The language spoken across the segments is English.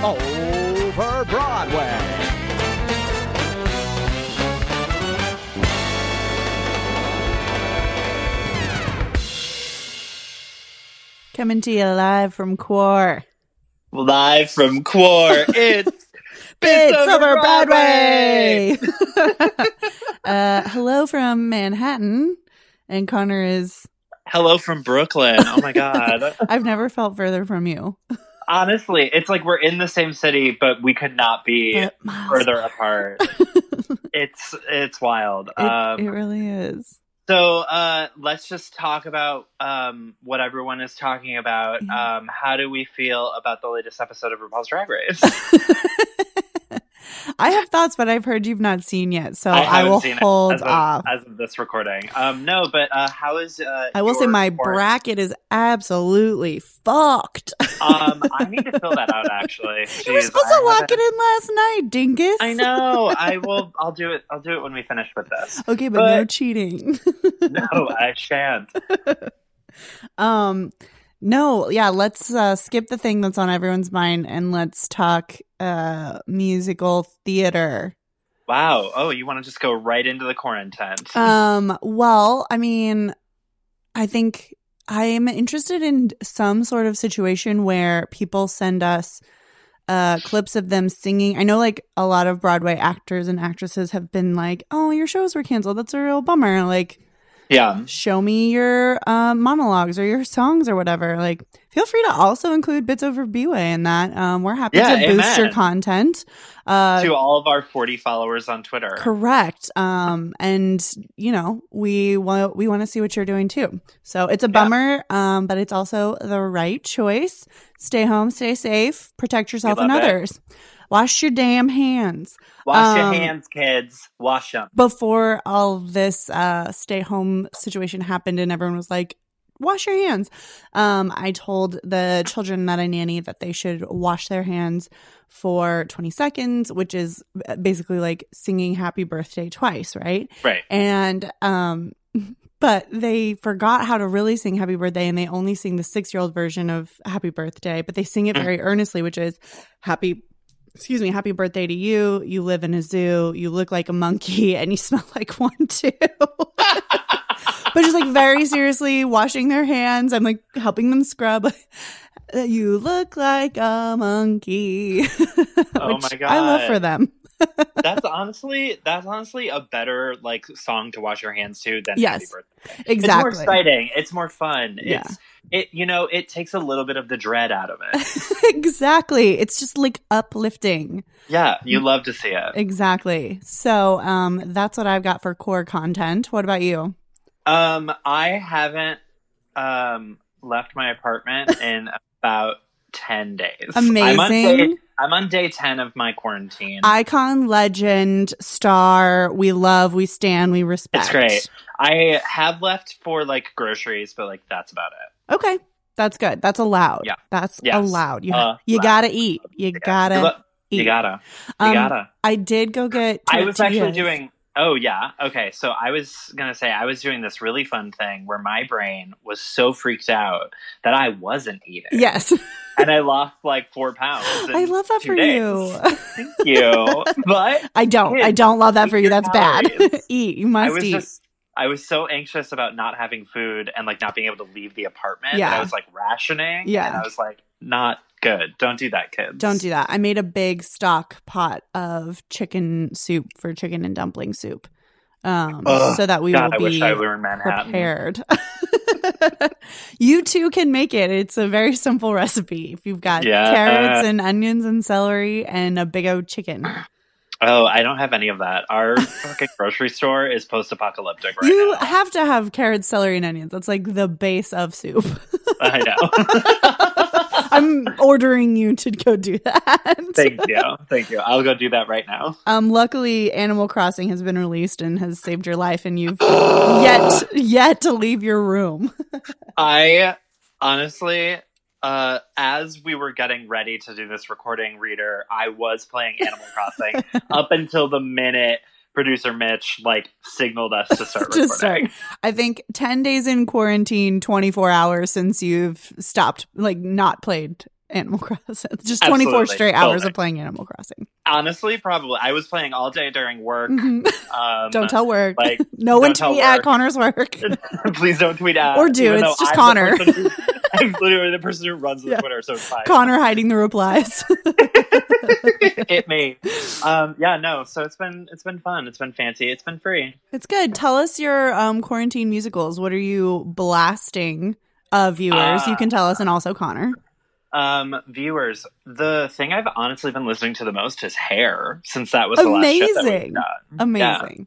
over Broadway. Coming to you live from Quar. Live from Quar, it's Bits over Broadway. uh, hello from Manhattan, and Connor is. Hello from Brooklyn. Oh my god. I've never felt further from you. Honestly, it's like we're in the same city, but we could not be But miles- further apart. it's it's wild. Um, It, it really is. So uh, let's just talk about um, what everyone is talking about. Yeah. Um, how do we feel about the latest episode of RuPaul's Drag Race? I have thoughts, but I've heard you've not seen yet, so I I, haven't will seen it hold as of, off. as of this recording. Um, no, but uh, how is? Uh, I will say your my quarantine? bracket is absolutely fucked. um, I need to fill that out. Actually, you were Jeez, supposed I to lock haven't- it in last night, dingus. I know. I will. I'll do it. I'll do it when we finish with this. Okay, but, no But- cheating. No, I shan't. um, no, yeah. Let's uh, skip the thing that's on everyone's mind and let's talk uh musical theater. Wow. Oh, you want to just go right into the quarantine? Um, well, I mean, I think I am interested in some sort of situation where people send us uh clips of them singing. I know like a lot of Broadway actors and actresses have been like, "Oh, your shows were canceled. That's a real bummer." Like, yeah. show me your um, monologues or your songs or whatever. Like, feel free to also include bits over B-Way in that. Um, we're happy Yeah, to boost your amen. content. Uh, to all of our forty followers on Twitter. correct. Um, and you know, we want we want to see what you're doing too. So it's a bummer, um, but it's also the right choice. Stay home, stay safe, protect yourself and love it. others. Wash your damn hands Um, Wash your hands, kids. Wash them. before all this uh, stay home situation happened and everyone was like, wash your hands. Um, I told the children that I nanny that they should wash their hands for 20 seconds, which is uh, basically like singing happy birthday twice, right? Right. And, um, but they forgot how to really sing happy birthday and they only sing the six year old version of happy birthday, but they sing it Mm. very earnestly, which is happy, excuse me, happy birthday to you. You live in a zoo. You look like a monkey and you smell like one too. but just like very seriously washing their hands. I'm like helping them scrub. you look like a monkey. Oh Which my I love for God. them. That's honestly that's honestly a better like song to wash your hands to than Yes, Happy Birthday. Exactly. It's more exciting. It's more fun. Yeah. It's it you know, it takes a little bit of the dread out of it. exactly. It's just like uplifting. yeah, you love to see it. Exactly. So um that's what I've got for core content. What about you? Um I haven't um left my apartment in about 10 days. I'm on, day, Amazing. I'm on day 10 of my quarantine. Icon, legend, star, we love, we stand, we respect. it's great. I have left for like groceries, but like that's about it. Okay. That's good. That's allowed. Yeah. That's Yes. allowed. You Uh, you allowed. gotta eat. You gotta You lo- eat. You gotta. You Um, gotta. I did go get I was actually tortillas. doing. Oh yeah. Okay. So I was gonna say I was doing this really fun thing where my brain was so freaked out that I wasn't eating. Yes. And I lost like four pounds. I in love that two for days. you. Thank you. But I don't. I Kids, don't love that eat for you. your That's bad. calories. eat. You I must was eat. just. I was so anxious about not having food and like not being able to leave the apartment that Yeah. I was like rationing. Yeah. And I was like, not good. Don't do that, kids. Don't do that. I made a big stock pot of chicken soup for chicken and dumpling soup, um, Ugh, so that we God, I will wish I be were in Manhattan. prepared. you too can make it. It's a very simple recipe. If you've got Yeah. carrots and onions and celery and a big old chicken, Oh, I don't have any of that. Our fucking grocery store is post-apocalyptic right you now. have to have carrots, celery, and onions. That's like the base of soup. I know. I'm ordering you to go do that. Thank you. Thank you. I'll go do that right now. Um, luckily, Animal Crossing has been released and has saved your life, and you've yet yet to leave your room. I honestly, uh, as we were getting ready to do this recording, reader, I was playing Animal Crossing up until the minute producer Mitch like signaled us to start recording. Just start. I think ten days in quarantine, twenty four hours since you've stopped, like not played Animal Crossing. Just 24 Absolutely. straight hours Totally. of playing Animal Crossing. Honestly, probably I was playing all day during work. Mhm. Um, don't tell work. like, no one don't tell tweet at work. Connor's work. please don't tweet at Or do, even it's though just I'm the Connor. person who- I'm literally the person who runs the Yeah. Twitter, so it's fine. Connor hiding the replies. Hit me. Um, yeah, no. So it's been it's been fun. It's been fancy. It's been free. it's good. Tell us your um, quarantine musicals. What are you blasting uh, viewers? Ah. you can tell us, and also Connor. Um, viewers, the thing I've honestly been listening to the most is Hair since that was the last show that we've Amazing. done. Amazing.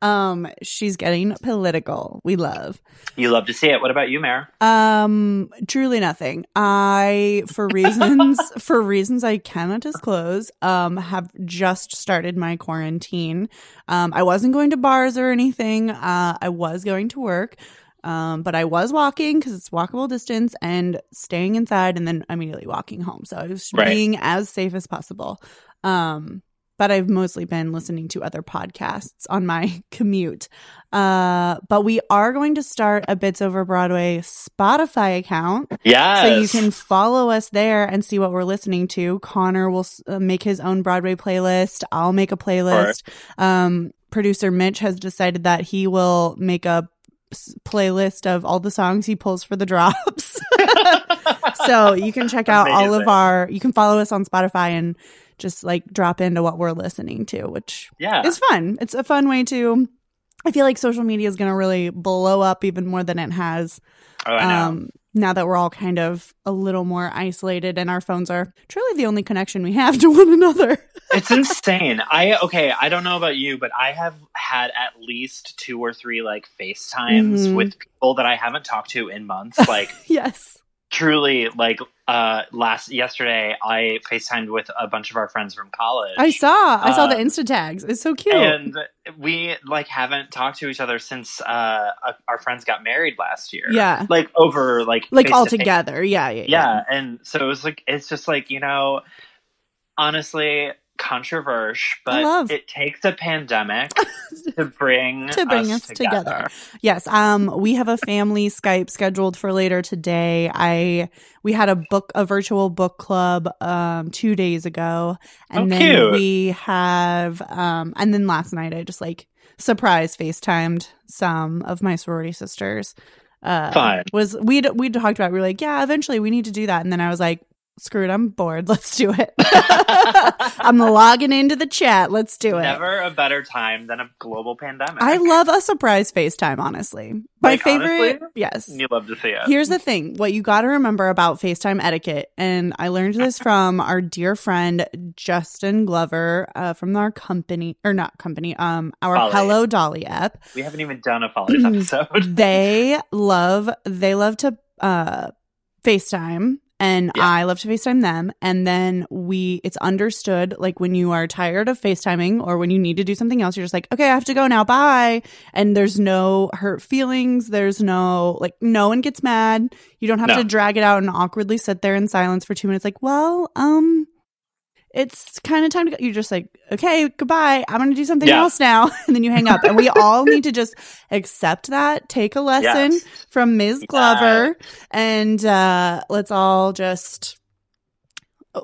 Um, she's getting political. We love. You love to see it. What about you, Mare? Um, truly nothing. I, for reasons, for reasons I cannot disclose, um, have just started my quarantine. Um, I wasn't going to bars or anything. Uh, I was going to work. Um, but I was walking because it's walkable distance and staying inside and then immediately walking home. So I was Right. being as safe as possible. Um, but I've mostly been listening to other podcasts on my commute. Uh, but we are going to start a Bits Over Broadway Spotify account. Yes. So you can follow us there and see what we're listening to. Connor will uh, make his own Broadway playlist. I'll make a playlist. Um, producer Mitch has decided that he will make a s- playlist of all the songs he pulls for the drops. so you can check out all of Amazing. our, you can follow us on Spotify and just like drop into what we're listening to, which yeah. it's fun. It's a fun way to. I feel like social media is going to really blow up even more than it has Oh, I know. um, now that we're all kind of a little more isolated and our phones are truly the only connection we have to one another. it's insane. I okay, I don't know about you, but I have had at least two or three like FaceTimes Mhm. with people that I haven't talked to in months. Like yes. truly, like uh last yesterday I FaceTimed with a bunch of our friends from college. I saw. I saw the Uh, Insta tags. It's so cute. and we like haven't talked to each other since uh our friends got married last year. yeah. Like over like Like all face-to-face. together. Yeah, yeah. yeah and so it was like it's just like you know honestly controversial I love- but it takes a pandemic to bring To bring us together. Yes. Um, we have a family Skype scheduled for later today. I we had a book a virtual book club um two days ago. And Oh, then cute. we have um and then last night I just like surprise FaceTimed some of my sorority sisters. Uh Fun. was we we talked about it. we were like, yeah, eventually we need to do that. And then I was like, screw it, I'm bored. Let's do it. I'm logging into the chat. Let's do it. never a better time than a global pandemic I love a surprise FaceTime, honestly. My Like, favorite. honestly? Yes. you love to see it Here's the thing what you got to remember about FaceTime etiquette, and I learned this from our dear friend Justin Glover uh, from our company, or not company, um, our Folly. Hello Dolly app. we haven't even done a follies Mm. episode They love, they love to uh, FaceTime. And Yeah. I love to FaceTime them. And then we, it's understood like when you are tired of FaceTiming or when you need to do something else, you're just like, okay, I have to go now. Bye. And there's no hurt feelings. There's no, like, no one gets mad. You don't have No. to drag it out and awkwardly sit there in silence for two minutes, like, well, um, it's kind of time to go. You're just like, okay, goodbye. I'm going to do something Yeah. else now. And then you hang up. And we all need to just accept that, take a lesson Yes. from Ms. Glover, and uh, let's all just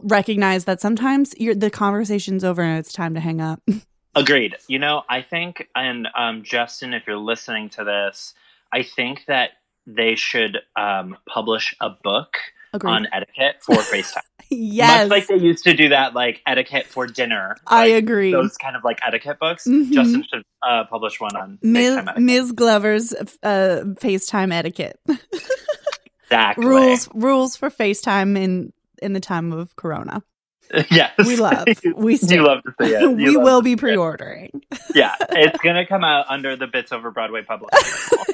recognize that sometimes you're, the conversation's over and it's time to hang up. Agreed. You know, I think, and um, Justin, if you're listening to this, I think that they should um, publish a book Agreed. on etiquette for FaceTime. yes, Much like they used to do that, like etiquette for dinner. I like, agree. Those kind of like etiquette books. Mhm. Justin should uh, publish one on Ms. FaceTime etiquette. Ms. Glover's uh, FaceTime etiquette exactly. rules rules for FaceTime in in the time of Corona. yes. We love. We still. you love to see it. You we love- will be pre-ordering. Yeah, it's gonna come out under the Bits Over Broadway publishing.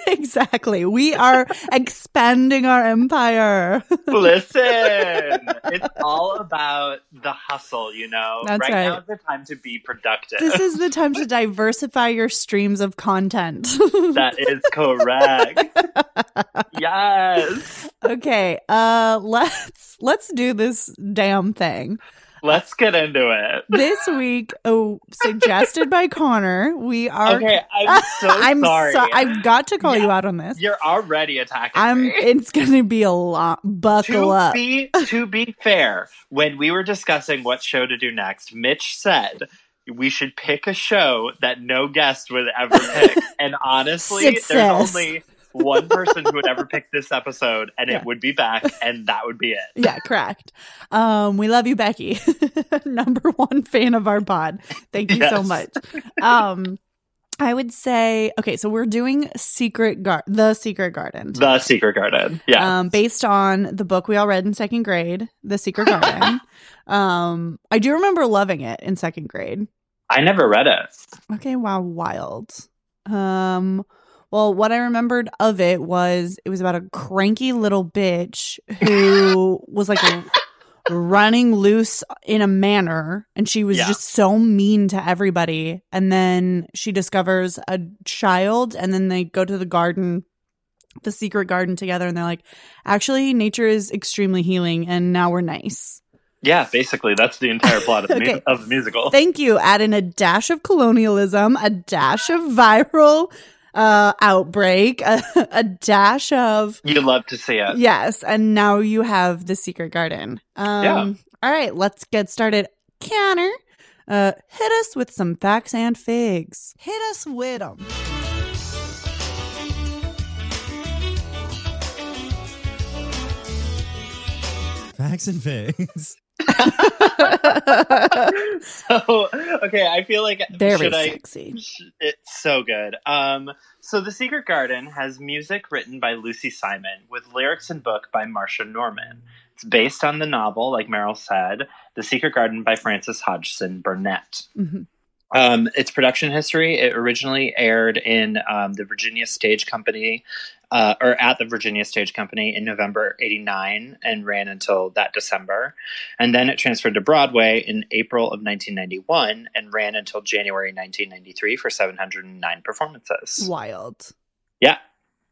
exactly. We are expanding our empire. Listen, it's all about the hustle. You know, That's right. now is the time to be productive. this is the time to diversify your streams of content. that is correct. yes. okay, uh let's let's do this damn thing. Let's get into it. This week, oh, suggested by Connor, we are. Okay, I'm so I'm sorry. so- I've got to call Yeah. you out on this. You're already attacking I'm. me. It's gonna be a lot. Buckle to up. be to be fair, when we were discussing what show to do next, Mitch said we should pick a show that no guest would ever pick. and honestly, Success. there's only one person who would ever pick this episode, and Yeah. it would be back, and that would be it. yeah, correct. Um, we love you, Becky, number one fan of our pod. Thank you so Yes. much. Um, I would say okay, so we're doing Secret Gar- the Secret Garden, The Secret Garden. Yeah. um, based on the book we all read in second grade, The Secret Garden. um, I do remember loving it in second grade. I never read it. Okay, wow, wild. Um well, what I remembered of it was it was about a cranky little bitch who was like running loose in a manor and she was Yeah. just so mean to everybody and then she discovers a child and then they go to the garden the secret garden together and they're like actually nature is extremely healing and now we're nice. Yeah, basically, that's the entire plot of, the mu- Okay. of the musical. Thank you. Add in a dash of colonialism, a dash of viral uh, outbreak, a, a dash of you love to see it. yes, and now you have the secret garden. Um, Yeah. All right, let's get started. Canner, uh, hit us with some facts and figs. Hit us with them. Facts and figs. So, okay, I feel like Very should I sexy. It's so good. Um, so The Secret Garden has music written by Lucy Simon with lyrics and book by Marcia Norman. It's based on the novel, like Meryl said, The Secret Garden by Frances Hodgson Burnett. Mhm. Um, its production history, it originally aired in um, the Virginia Stage Company, uh, or at the Virginia Stage Company in November 89 and ran until that December. And then it transferred to Broadway in April of 1991 and ran until January 1993 for 709 performances. Wild. Yeah.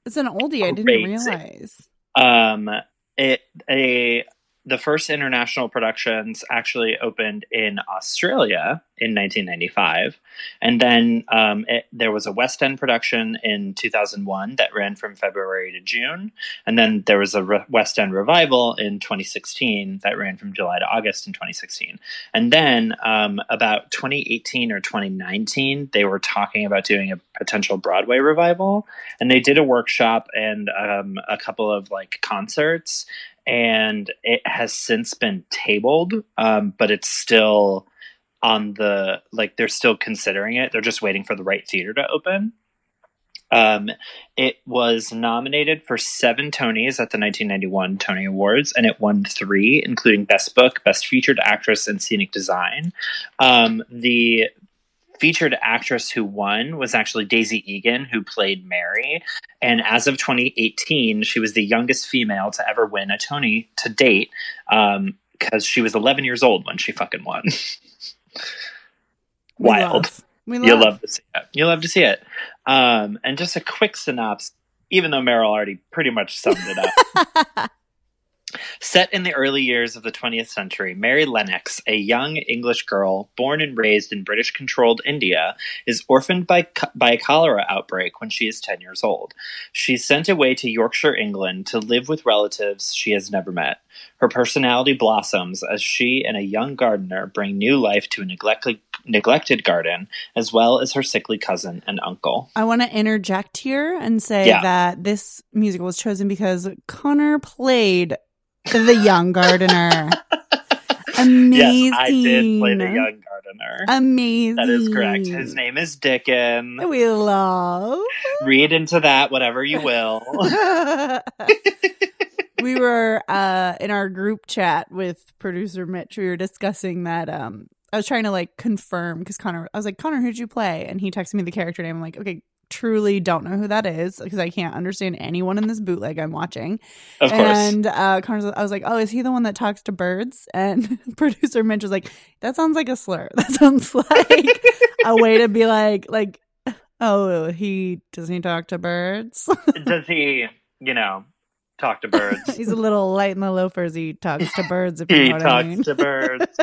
It's an oldie. I didn't Crazy. realize. Um, it a the first international productions actually opened in Australia in 1995, and then um, it, there was a West End production in 2001 that ran from February to June, and then there was a re- West End revival in 2016 that ran from July to August in 2016, and then um, about 2018 or 2019 they were talking about doing a potential Broadway revival, and they did a workshop and um, a couple of like concerts and it has since been tabled um, but it's still on the like they're still considering it they're just waiting for the right theater to open um, it was nominated for seven Tonys at the 1991 Tony Awards, and it won three, including Best Book, Best Featured Actress, and Scenic Design. Um, the featured actress who won was actually Daisy Egan, who played Mary. And as of 2018, she was the youngest female to ever win a Tony to date, because she was 11 years old when she fucking won. We Wild. love- We love. You'll love to see it. You'll love to see it. Um, and just a quick synopsis, even though Meryl already pretty much summed it up. Set in the early years of the 20th century, Mary Lennox, a young English girl born and raised in British controlled India, is orphaned by, co- by a cholera outbreak when she is 10 years old. She's sent away to Yorkshire, England, to live with relatives she has never met. Her personality blossoms as she and a young gardener bring new life to a neglected, neglected garden, as well as her sickly cousin and uncle. I want to interject here and say Yeah. that this musical was chosen because Connor played the young gardener. Amazing. Yes, I did play the young gardener. Amazing. That is correct. His name is Dickon. We love. read into that whatever you will. we were uh, in our group chat with producer Mitch. We were discussing that. Um, I was trying to like confirm because Connor, I was like, Connor, who'd you play? And he texted me the character name. I'm like, okay, truly don't know who that is because I can't understand anyone in this bootleg I'm watching. Of course. And uh, Connor's, I was like, oh, is he the one that talks to birds? And producer Mitch was like, that sounds like a slur. That sounds like a way to be like, like, oh, he doesn't he talk to birds? Does he, you know, talk to birds. He's a little light in the loafers. He talks to birds. If you he know what I talks mean. to birds.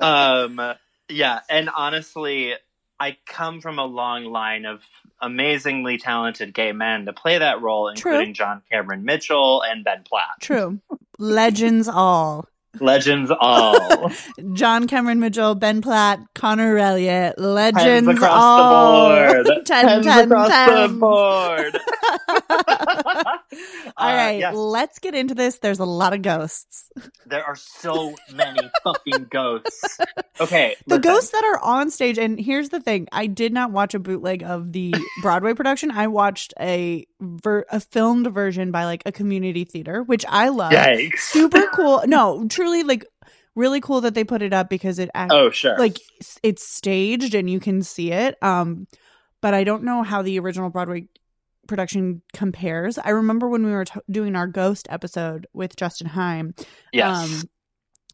um, yeah, and honestly, I come from a long line of amazingly talented gay men to play that role, True. including John Cameron Mitchell and Ben Platt. True. Legends all. Legends all. John Cameron Mitchell, Ben Platt, Connor Elliott. Legends Tens across all. the board. Ten, Tens ten, across ten. the board. All Uh, right, yes. let's get into this. There's a lot of ghosts. There are so many fucking ghosts. Okay. The listen. ghosts that are on stage, and here's the thing: I did not watch a bootleg of the Broadway production. I watched a ver- a filmed version by like a community theater, which I love. Yikes. Super cool. No, truly, like really cool that they put it up because it act- Oh, sure. like s- it's staged and you can see it. Um, but I don't know how the original Broadway production compares. I remember when we were t- doing our ghost episode with Justin Heim, um, yes.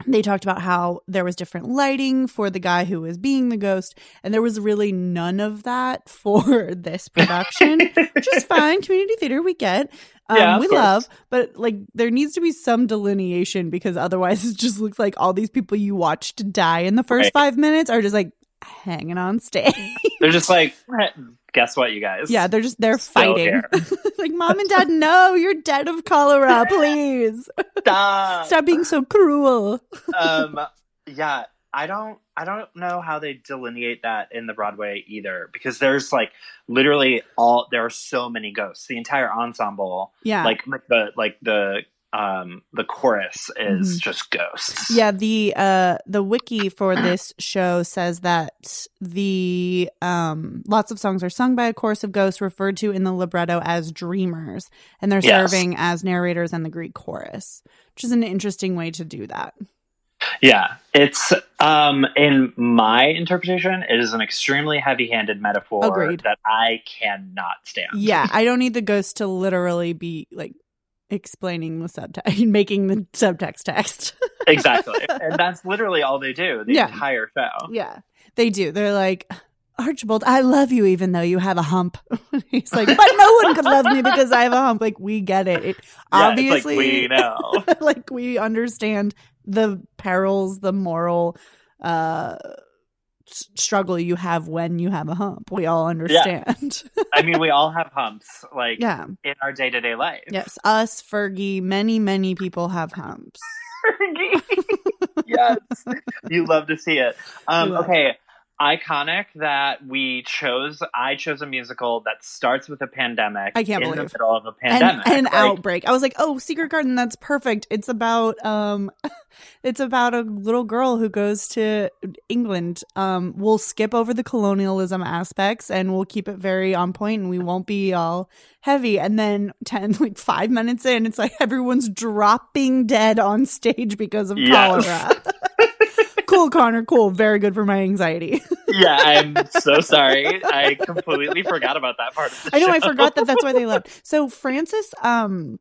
they talked about how there was different lighting for the guy who was being the ghost, and there was really none of that for this production, which is fine. Community theater, we get, um, Yeah, of we course. love, but like there needs to be some delineation because otherwise it just looks like all these people you watched die in the first Right. five minutes are just like hanging on stage. They're just like, "Eh, guess what, you guys? yeah, they're just they're Still fighting. here. like mom and dad, no, you're dead of cholera. Please Stop. stop being so cruel. um, yeah, I don't, I don't know how they delineate that in the Broadway either, because there's like literally all there are so many ghosts. The entire ensemble, Yeah, like the like the um the chorus is just ghosts. Mm-hmm. Yeah, the uh the wiki for this show says that the um lots of songs are sung by a chorus of ghosts referred to in the libretto as dreamers, and they're Yes. serving as narrators and the Greek chorus, which is an interesting way to do that. Yeah, it's um in my interpretation, it is an extremely heavy-handed metaphor Agreed. that I cannot stand. Yeah, I don't need the ghost to literally be like explaining the subtext, making the subtext text. exactly, and that's literally all they do the Yeah. entire show. yeah, they do. They're like. Archibald, I love you even though you have a hump. He's like, but no one could love me because I have a hump. Like, we get it. It Yeah, it's obviously like we know. like we understand the perils, the moral uh s- struggle you have when you have a hump. We all understand. I mean, we all have humps, like Yeah. in our day to day life. Yes. Us, Fergie, many, many people have humps. yes, you love to see it. Um, We love okay, iconic that we chose. I chose a musical that starts with a pandemic. I can't in believe. the middle of a And pandemic an Like, outbreak. I was like, oh, Secret Garden, that's perfect. It's about um it's about a little girl who goes to England. Um we'll skip over the colonialism aspects and we'll keep it very on point and we won't be all heavy. And then ten like five minutes in, it's like everyone's dropping dead on stage because of Yes. cholera. cool, Connor, cool. Very good for my anxiety. yeah, I'm so sorry. I completely forgot about that part of the I know I show. forgot that that's why they left. So Francis um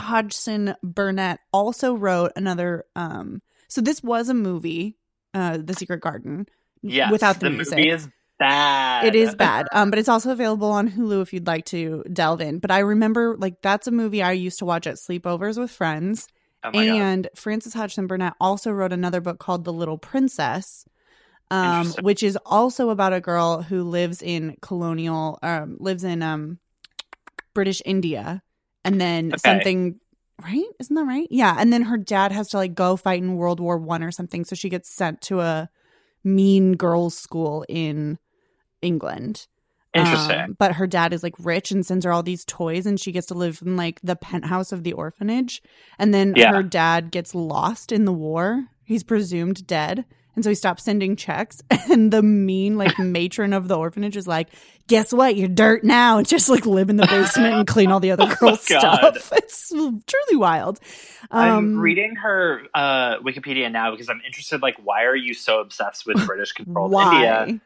Hodgson Burnett also wrote another um so this was a movie, uh The Secret Garden. Yes, without the, music. movie is bad. it is bad. Um but it's also available on Hulu if you'd like to delve in. But I remember like that's a movie I used to watch at sleepovers with friends. Oh my God. and Frances Hodgson Burnett also wrote another book called The Little Princess, um, Interesting. which is also about a girl who lives in colonial, um, lives in um, British India, and then Okay. something. Right? Isn't that right? Yeah. And then her dad has to like go fight in World War One or something, so she gets sent to a mean girls' school in England. Interesting. Um, but her dad is like rich and sends her all these toys, and she gets to live in like the penthouse of the orphanage. And then Yeah. her dad gets lost in the war. He's presumed dead. And so he stops sending checks. And the mean, like, matron of the orphanage is like, Guess what? You're dirt now. And just like live in the basement and clean all the other girls' Oh God. stuff. It's truly wild. Um, I'm reading her uh, Wikipedia now because I'm interested. Like, why are you so obsessed with British controlled India? why?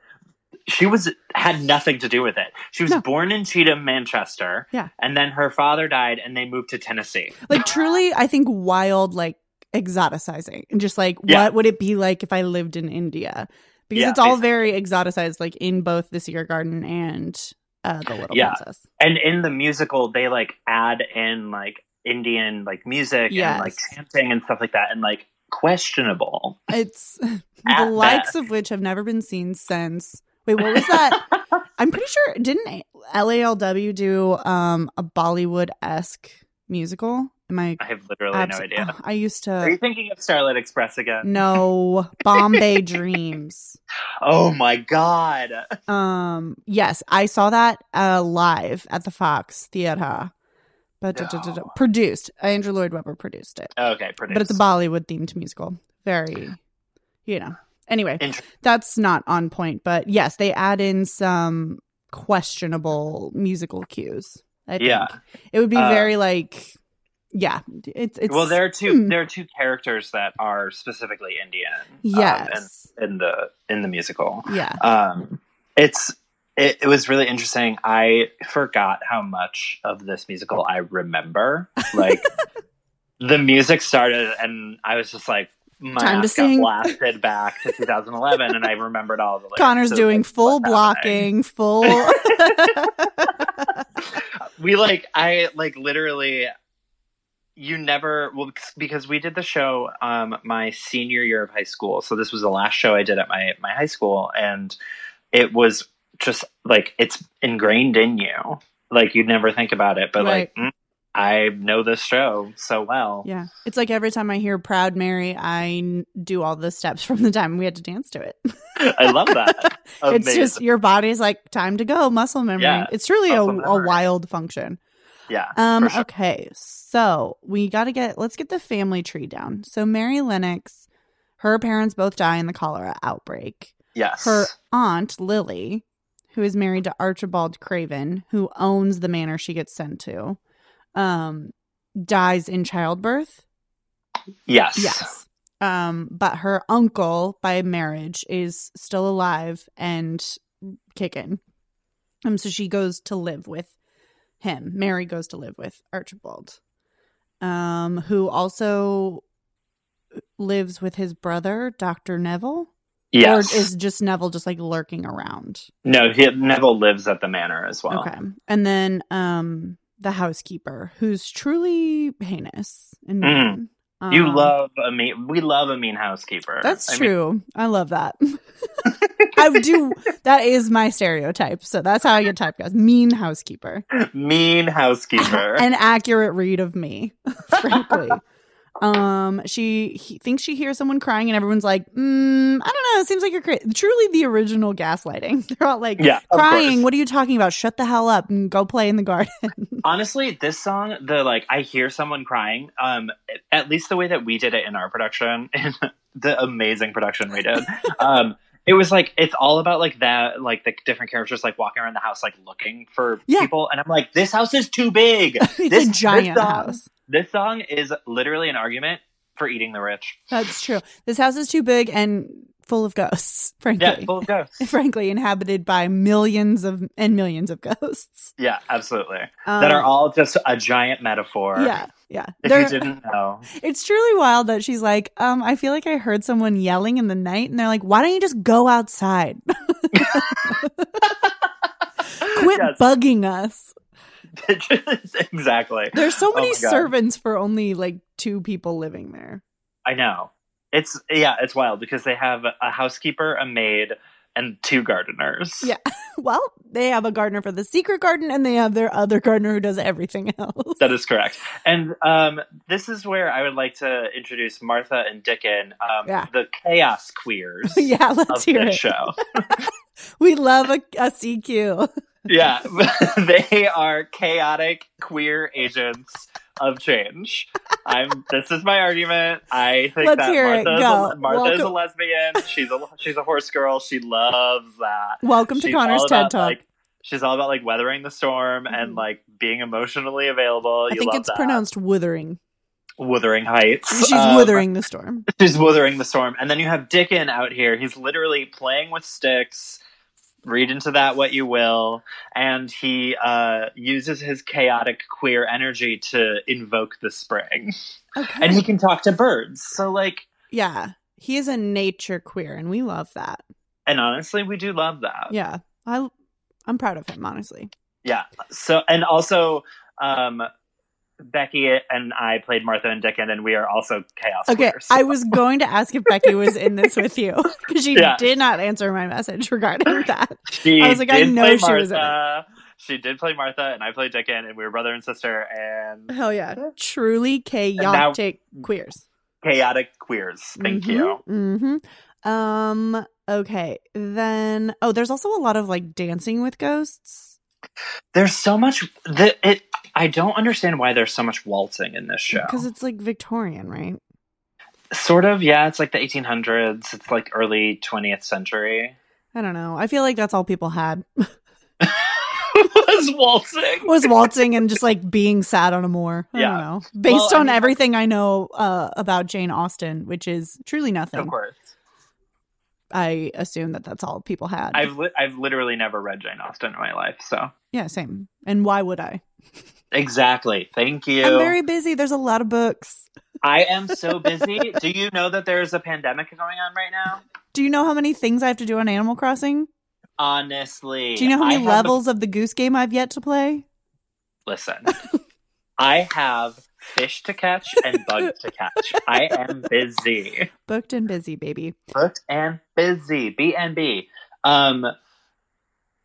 She was had nothing to do with it. She was No. born in Cheatham, Manchester. Yeah. and then her father died, and they moved to Tennessee. like truly i think wild like exoticizing and just like Yeah. what would it be like if i lived in india because Yeah, it's all very exoticized like in both the secret garden and uh, the little Yeah. princess And in the musical, they like add in like Indian like music and like Yes. chanting and stuff like that, and like questionable. It's the At likes of which have never been seen since. Wait, what was that? I'm pretty sure didn't LALW do um a Bollywood esque musical? Am I? I have literally abs- no idea. Oh, I used Are you to thinking of Starlight Express again? know Bombay Dreams. Oh my god! Um, yes, I saw that uh live at the Fox Theater, but da- da- da- da- No. produced Andrew Lloyd Webber produced it, Okay, produced. but it's a Bollywood themed musical. Very, you know. Anyway, Inter- that's not on point, but yes, they add in some questionable musical cues. I think. Yeah. it would be Uh, very like, yeah, it's it's well, there are two. hmm. There are two characters that are specifically Indian. um, yes, in, in the in the musical, yeah, um, it's it, it was really interesting. I forgot how much of this musical I remember. Like the music started, and I was just like. My Time to ass got sing. blasted back to 2011, and I remembered all the. lyrics. Connor's So, doing like, full what's happening? blocking, full. we like i like literally you never well because- because we did the show um my senior year of high school so this was the last show i did at my my high school and it was just like it's ingrained in you like you'd never think about it but like mm, i know this show so well Yeah. It's like every time I hear Proud Mary, I n- do all the steps from the time we had to dance to it. i love that It's just your body's like, time to go, muscle memory. Yeah, it's truly a, muscle a memory. wild function. yeah Um, for sure. okay. So we got to get, let's get the family tree down. So Mary Lennox, her parents both die in the cholera outbreak. yes Her aunt, Lily, who is married to Archibald Craven, who owns the manor she gets sent to, um, dies in childbirth. yes Yes. Um, but her uncle by marriage is still alive and kicking. Um, so she goes to live with him. Mary goes to live with Archibald, um, who also lives with his brother, Dr. Neville. yes Or is just Neville just like lurking around? no he, neville lives at the manor as well Okay. And then um the housekeeper, who's truly heinous and Mm. mean. you Um, love a mean we love a mean housekeeper That's I mean, true. I love that. I do. That is my stereotype. So that's how I get typecast. Mean housekeeper. mean housekeeper. An accurate read of me, frankly. um, she he, thinks she hears someone crying, and everyone's like, mm, "I don't know. It seems like you're crazy." Truly, the original gaslighting. They're all like, yeah, of "Crying? course. What are you talking about? Shut the hell up and go play in the garden." Honestly, this song, the like, I hear someone crying. Um, at least the way that we did it in our production, in the amazing production we did. Um, it was like it's all about like that, like the different characters like walking around the house, like looking for Yeah. people, and I'm like, this house is too big. it's a This- um, this giant song- house. this song is literally an argument for eating the rich. That's true. This house is too big and full of ghosts. Frankly, Yeah, full of ghosts. frankly inhabited by millions of and millions of ghosts Yeah, absolutely. um, that are all just a giant metaphor. yeah yeah If They're- you didn't know, it's truly wild that she's like um i feel like i heard someone yelling in the night and they're like why don't you just go outside quit Yes. bugging us exactly. there's so Oh many my God. servants for only like two people living there I know. It's yeah, it's wild because they have a housekeeper, a maid, and two gardeners. Yeah. well they have a gardener for the secret garden and they have their other gardener who does everything else That is correct. And um, this is where I would like to introduce Martha and Dickon, um, Yeah. the chaos queers yeah of let's hear this it show. we love a, a cq yeah, they are chaotic queer agents of change. I'm. This is my argument. I think Let's that hear it. Martha, is Go. a, Martha is a Welcome. lesbian. She's a she's a horse girl. She loves that. welcome to She's connor's all ted about, talk Like, she's all about like weathering the storm and Mhm. like being emotionally available. I You think love it's that. pronounced withering. Wuthering Heights. She's Um, withering the storm. She's wuthering the storm, and then you have Dickon out here. He's literally playing with sticks. Read into that what you will, and he uh, uses his chaotic queer energy to invoke the spring, Okay. and he can talk to birds. So like, yeah. He is a nature queer and we love that. and honestly, we do love that. Yeah. I I'm proud of him, honestly. So and also um Becky and I played Martha and Dickon, and we are also chaos. Okay, warriors. I was going to ask if Becky was in this with you because she Yeah. did not answer my message regarding that. She I was like, I did know play she was in it. Martha. She did play Martha, and I played Dickon, and we were brother and sister and Hell yeah, truly now- chaotic queers. chaotic queers. Thank you. hmm Um. Okay. Then. Oh, there's also a lot of like dancing with ghosts. There's so much that it. I don't understand why there's so much waltzing in this show. Because it's like Victorian, right? Sort of, yeah. It's like the 1800s. It's like early 20th century. I don't know. I feel like that's all people had Was waltzing. was waltzing and just like being sad on a moor. I Yeah. don't know. Based Well, I on mean- everything I know uh, about Jane Austen, which is truly nothing. Of course. I assume that that's all people had. I've li- I've literally never read Jane Austen in my life, so yeah, same. And why would I? exactly. Thank you. I'm very busy. There's a lot of books. I am so busy. Do you know that there is a pandemic going on right now? Do you know how many things I have to do on Animal Crossing? Honestly, Do you know how I many have a- levels of the goose game I've yet to play? Listen, I have fish to catch and bugs to catch. I am busy. Booked and busy, baby. Booked and busy. B and B. Um,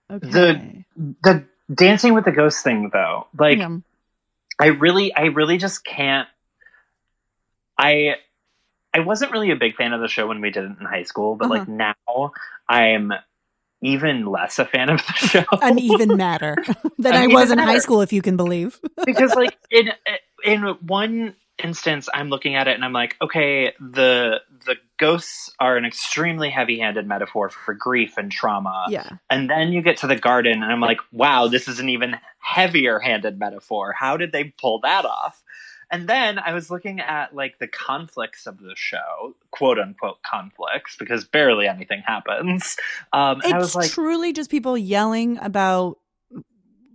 Okay. the dancing with the ghost thing though, like Yeah. I really, I really just can't. I, I wasn't really a big fan of the show when we did it in high school, but like now I'm even less a fan of the show. An even matter than An I even was in high matter. school, if you can believe. because like in in one instance i'm looking at it and i'm like okay the the ghosts are an extremely heavy-handed metaphor for grief and trauma yeah. and then you get to the garden and i'm like wow this is an even heavier handed metaphor how did they pull that off and then i was looking at like the conflicts of the show quote unquote conflicts because barely anything happens um and i was It's like truly just people yelling about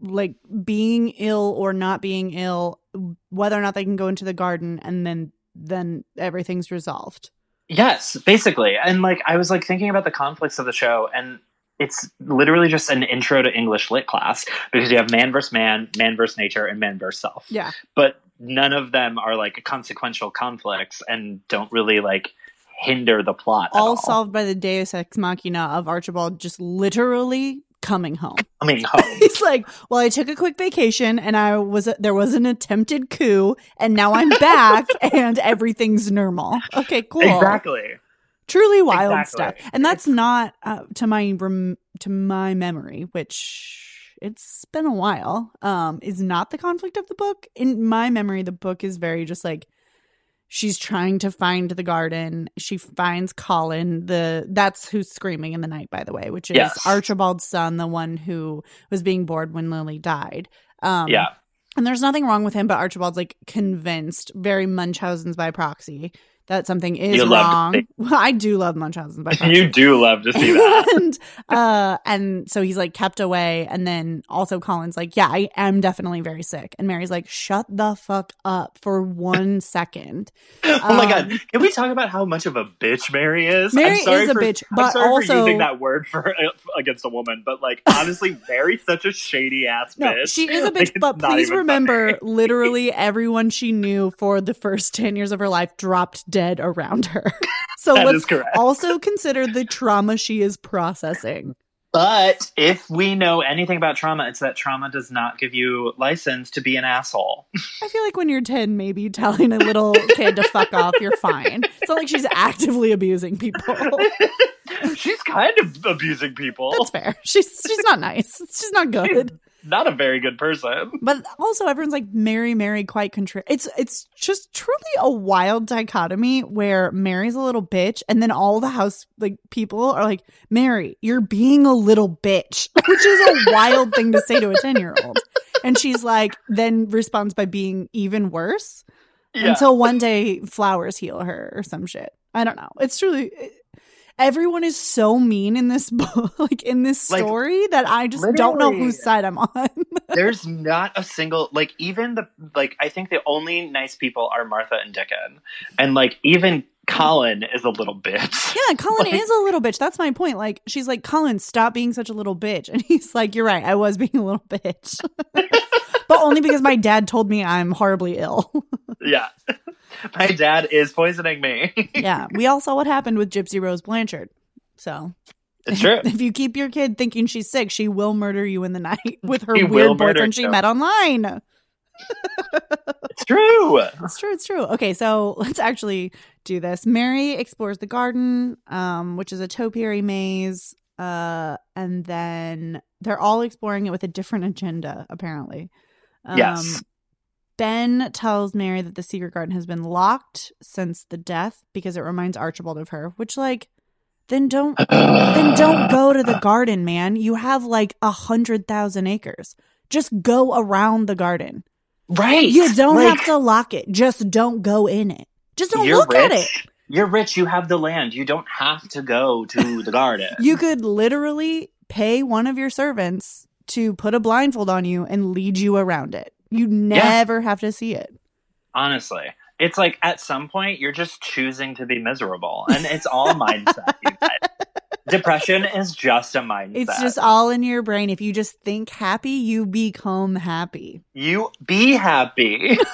like being ill or not being ill, whether or not they can go into the garden, and then then everything's resolved. Yes, basically. And like I was like thinking about the conflicts of the show and it's literally just an intro to English lit class because you have man versus man, man versus nature and man versus self. Yeah. But none of them are like consequential conflicts and don't really like hinder the plot. All, at all. solved by the Deus ex machina of Archibald just literally coming home. I mean, home. He's like, "Well, I took a quick vacation and I was there was an attempted coup and now I'm back and everything's normal." Okay, cool. exactly. truly wild Exactly. stuff and that's not uh, to my rem- to my memory which it's been a while um is not the conflict of the book in my memory the book is very just like she's trying to find the garden she finds colin the that's who's screaming in the night by the way which is Yes. archibald's son the one who was being bored when lily died um yeah. and there's nothing wrong with him, but Archibald's like convinced, very Munchausen's by proxy, that something is You love to wrong. see- Well, I do love Munchausen's by proxy. do love to and uh and so he's like kept away and then also Colin's like, Yeah, I am definitely very sick. And Mary's like, Shut the fuck up for one second. oh my god! Um, Can we talk about how much of a bitch Mary is? Mary I'm sorry is a for, bitch, I'm but sorry for also using that word for uh, against a woman, but like honestly, Mary's such a shady ass No, bitch. she is a Like, bitch, it's but not please even remember funny. literally everyone she knew for the first 10 years of her life dropped dead around her. So that let's is correct. also consider the trauma she is processing. But if we know anything about trauma, it's that trauma does not give you license to be an asshole. I feel like when you're 10, maybe telling a little kid to fuck off, you're fine. It's not like she's actively abusing people. She's kind of abusing people. That's fair. She's she's not nice. She's not good. Not a very good person. But also everyone's like Mary Mary quite contra It's it's just truly a wild dichotomy where Mary's a little bitch and then all the house like people are like, "Mary, you're being a little bitch," which is a wild thing to say to a 10-year-old. And she's like then responds by being even worse. Yeah. until one day flowers heal her or some shit. I don't know. It's truly eh, everyone is so mean in this book, like in this Like, story that I just don't know literally. whose side I'm on. There's not a single like even the like I think the only nice people are Martha and Dickon. And like even Colin is a little bitch. yeah, Colin Like- is a little bitch. That's my point. Like she's like, "Colin, stop being such a little bitch." And he's like, "You're right. I was being a little bitch." but only because my dad told me I'm horribly ill. yeah. My dad is poisoning me. yeah, we all saw what happened with Gypsy Rose Blanchard. So it's true. if you keep your kid thinking she's sick, she will murder you in the night with her She will weird murder boyfriend she you. met online. It's true. It's true. It's true. Okay, so let's actually do this. Mary explores the garden, um, which is a topiary maze, uh, and then they're all exploring it with a different agenda, apparently. Um, yes. Ben tells Mary that the secret garden has been locked since the death because it reminds Archibald of her, which, like, then don't then don't go to the garden, man. You have like a hundred thousand acres. Just go around the garden. Right. You don't Like, have to lock it. Just don't go in it. Just don't you're look at rich. it. You're rich. You have the land. You don't have to go to the garden. You could literally pay one of your servants to put a blindfold on you and lead you around it. You never have to see it. Honestly. It's like at some point you're just choosing to be miserable. And it's all mindset, you guys. Depression is just a mindset. It's just all in your brain. If you just think happy, you become happy. you be happy.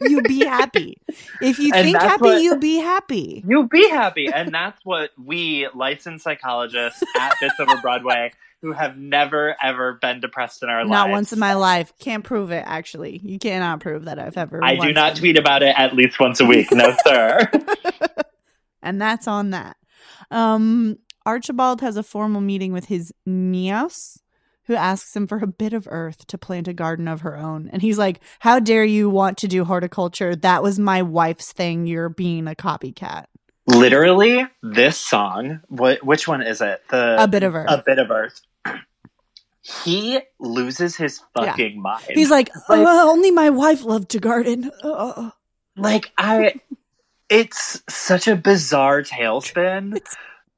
You be happy. If you And think that's happy, what- you be happy. You be happy. And that's what we, licensed psychologists at Bits Over Broadway, who have never, ever been depressed in our lives. Not once in my life. Can't prove it, actually. You cannot prove that I've ever. I do once not been- tweet about it at least once a week. No, sir. And that's on that. Um, Archibald has a formal meeting with his niece, who asks him for a bit of earth to plant a garden of her own. And he's like, How dare you want to do horticulture? That was my wife's thing. You're being a copycat. Literally, this song. What? Which one is it? The A bit of earth. a bit of earth. He loses his fucking mind. He's like, Like- "Oh, only my wife loved to garden. Oh, like I. It's such a bizarre tailspin.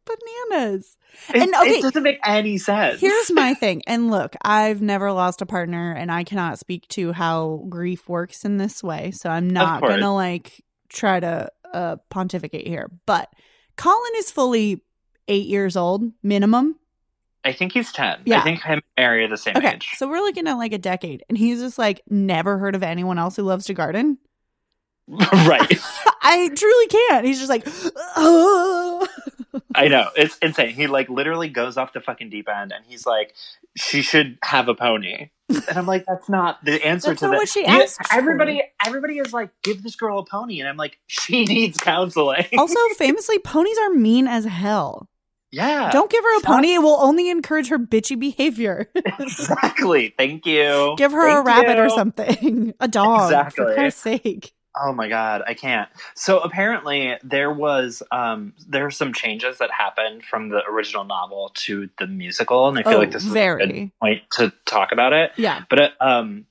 bananas. It, And, okay, it doesn't make any sense. Here's my thing. And look, I've never lost a partner and I cannot speak to how grief works in this way. So I'm not course. going to like try to uh, pontificate here. But Colin is fully eight years old minimum. I think he's ten. Yeah. I think him and Mary are the same Okay. age. So we're looking at like a decade. And he's just like, never heard of anyone else who loves to garden. right. I truly can't. He's just like, oh. I know. It's insane. He like literally goes off the fucking deep end and he's like, she should have a pony. And I'm like, that's not the answer That's to not this. what she You- asked for. Everybody everybody is like, give this girl a pony. And I'm like, she needs counseling. Also, famously, ponies are mean as hell. yeah. Don't give her a pony. It will only encourage her bitchy behavior. Exactly. Thank you. Give her a Oh, Thank rabbit or you. something. A dog. For Exactly. Christ's sake. Oh my god, I can't. So apparently there was um there are some changes that happened from the original novel to the musical and I feel oh, like this is a good very. point to talk about it. Yeah. But uh, um,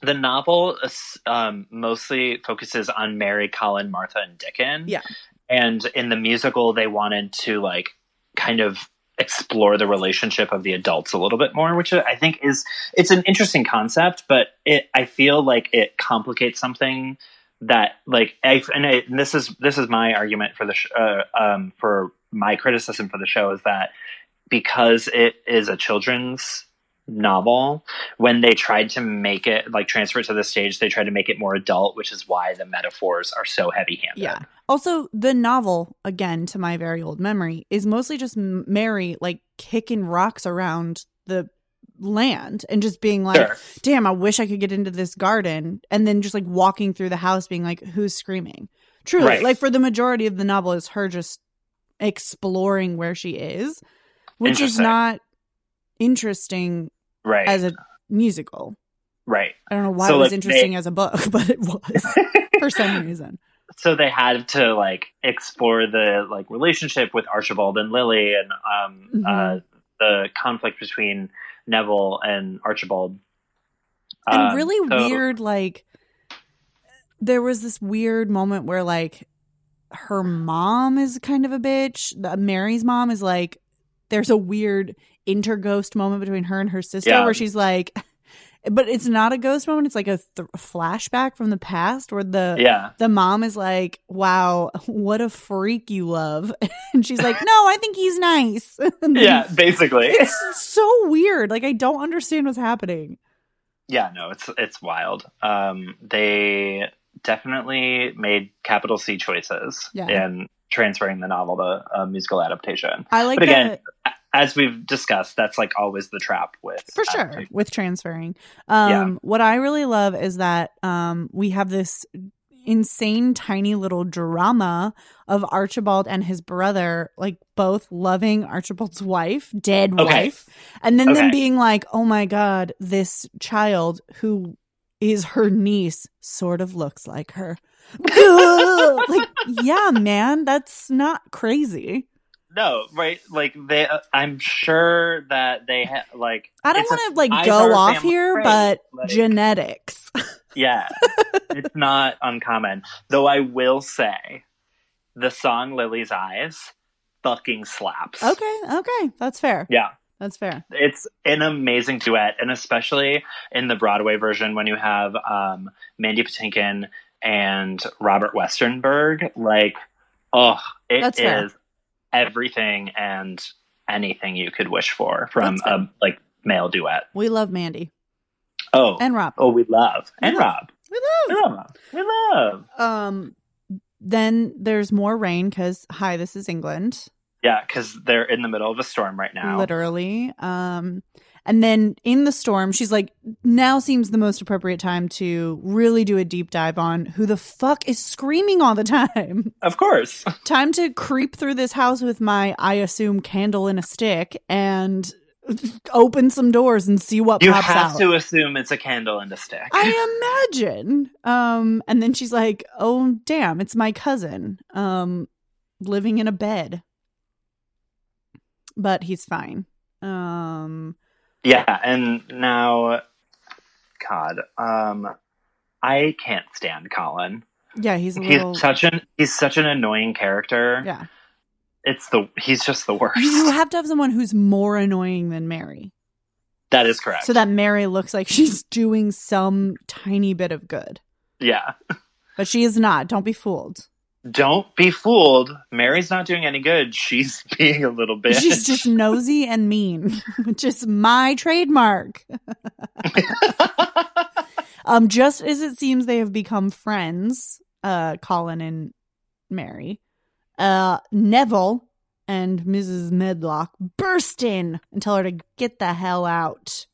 the novel uh, s- um, mostly focuses on Mary, Colin, Martha, and Dickon. Yeah. And in the musical, they wanted to like kind of explore the relationship of the adults a little bit more, which I think is it's an interesting concept, but it I feel like it complicates something that like I, and, I, and this is this is my argument for the sh- uh, um, for my criticism for the show is that because it is a children's novel when they tried to make it like transfer it to the stage they tried to make it more adult which is why the metaphors are so heavy handed Yeah. Also, the novel, again, to my very old memory, is mostly just M- Mary like kicking rocks around the land and just being like, sure damn, I wish I could get into this garden. And then just like walking through the house being like, who's screaming? Truly. Right. Like for the majority of the novel is her just exploring where she is, which is Interesting. not interesting right as a musical. right I don't know why So, it was like, interesting as a book, but it was for some reason. so they had to like explore the like relationship with archibald and lily and um uh Mhm. the conflict between neville and archibald And Um, really so- weird, like there was this weird moment where like her mom is kind of a bitch. The- Mary's mom is like there's a weird interghost moment between her and her sister Yeah. where she's like but it's not a ghost moment, it's like a th- flashback from the past where the yeah the mom is like, "Wow, what a freak you love," and she's like, "No, I think he's nice." And then yeah basically it's so weird. Like I don't understand what's happening. yeah, no, it's it's wild. Um, they definitely made capital C choices Yeah. in transferring the novel to a musical adaptation. I like But again, that a- as we've discussed, that's like always the trap with for sure adaptation. with transferring. Um, What I really love is that um, we have this insane tiny little drama of Archibald and his brother, like both loving Archibald's wife, dead Okay. wife, and then them Okay. being like, "Oh my god, this child who is her niece sort of looks like her." like, yeah, man, that's not crazy. No, right? Like they, uh, I'm sure that they ha- like. I don't it's a want to like five go hour off family here, trait, but like- genetics. Yeah. it's not uncommon. Though I will say the song Lily's Eyes fucking slaps. Okay, okay, that's fair. Yeah. That's fair. It's an amazing duet, and especially in the Broadway version when you have um, Mandy Patinkin and Robert Westernberg, like, oh, it is That's fair. everything and anything you could wish for from That's fair. a like male duet. We love Mandy Oh, and Rob. oh, we love and Yeah. Rob, We we love, we love. Um, then there's more rain because hi, this is England, Yeah, because they're in the middle of a storm right now. literally. Um, and then in the storm, she's like, now seems the most appropriate time to really do a deep dive on who the fuck is screaming all the time. Of course. time to creep through this house with my, I assume, candle in a stick and open some doors and see what You pops have out. to assume it's a candle and a stick. I imagine. Um, and then she's like, "Oh, damn, it's my cousin, um, living in a bed, but he's fine." Um, Yeah, and now, God, um, I can't stand Colin. yeah, he's a He's little. such an he's such an annoying character. Yeah, It's the he's just the worst. you have to have someone who's more annoying than Mary, that is correct. so that Mary looks like she's doing some tiny bit of good, yeah, but she is not. Don't be fooled. don't be fooled. Mary's not doing any good. She's being a little bitch. She's just nosy and mean, which is my trademark. Um, just as it seems they have become friends, uh, Colin and Mary, uh, Neville and Mrs. Medlock burst in and tell her to get the hell out.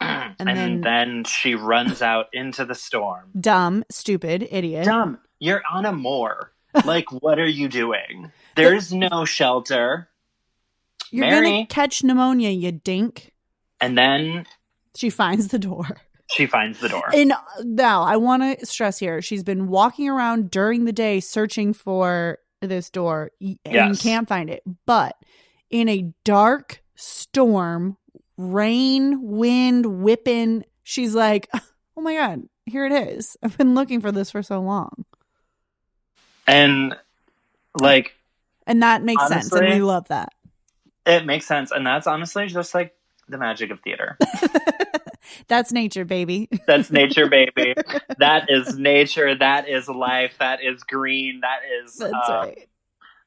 and then- then, she runs out into the storm. Dumb, stupid, idiot. Dumb, you're on a moor. Like, what are you doing? There's no shelter. You're gonna Mary. catch pneumonia, you dink. And then She finds the door. she finds the door. And uh, now I want to stress here: she's been walking around during the day searching for this door y- and Yes. can't find it. But in a dark storm, rain, wind whipping, she's like, "Oh my god, here it is! I've been looking for this for so long." And like And that makes sense, and we Honestly- love that. it makes sense. And that's honestly just like the magic of theater. That's nature, baby. That's nature, baby. that is nature. That is life. That is green. That is That's uh, right.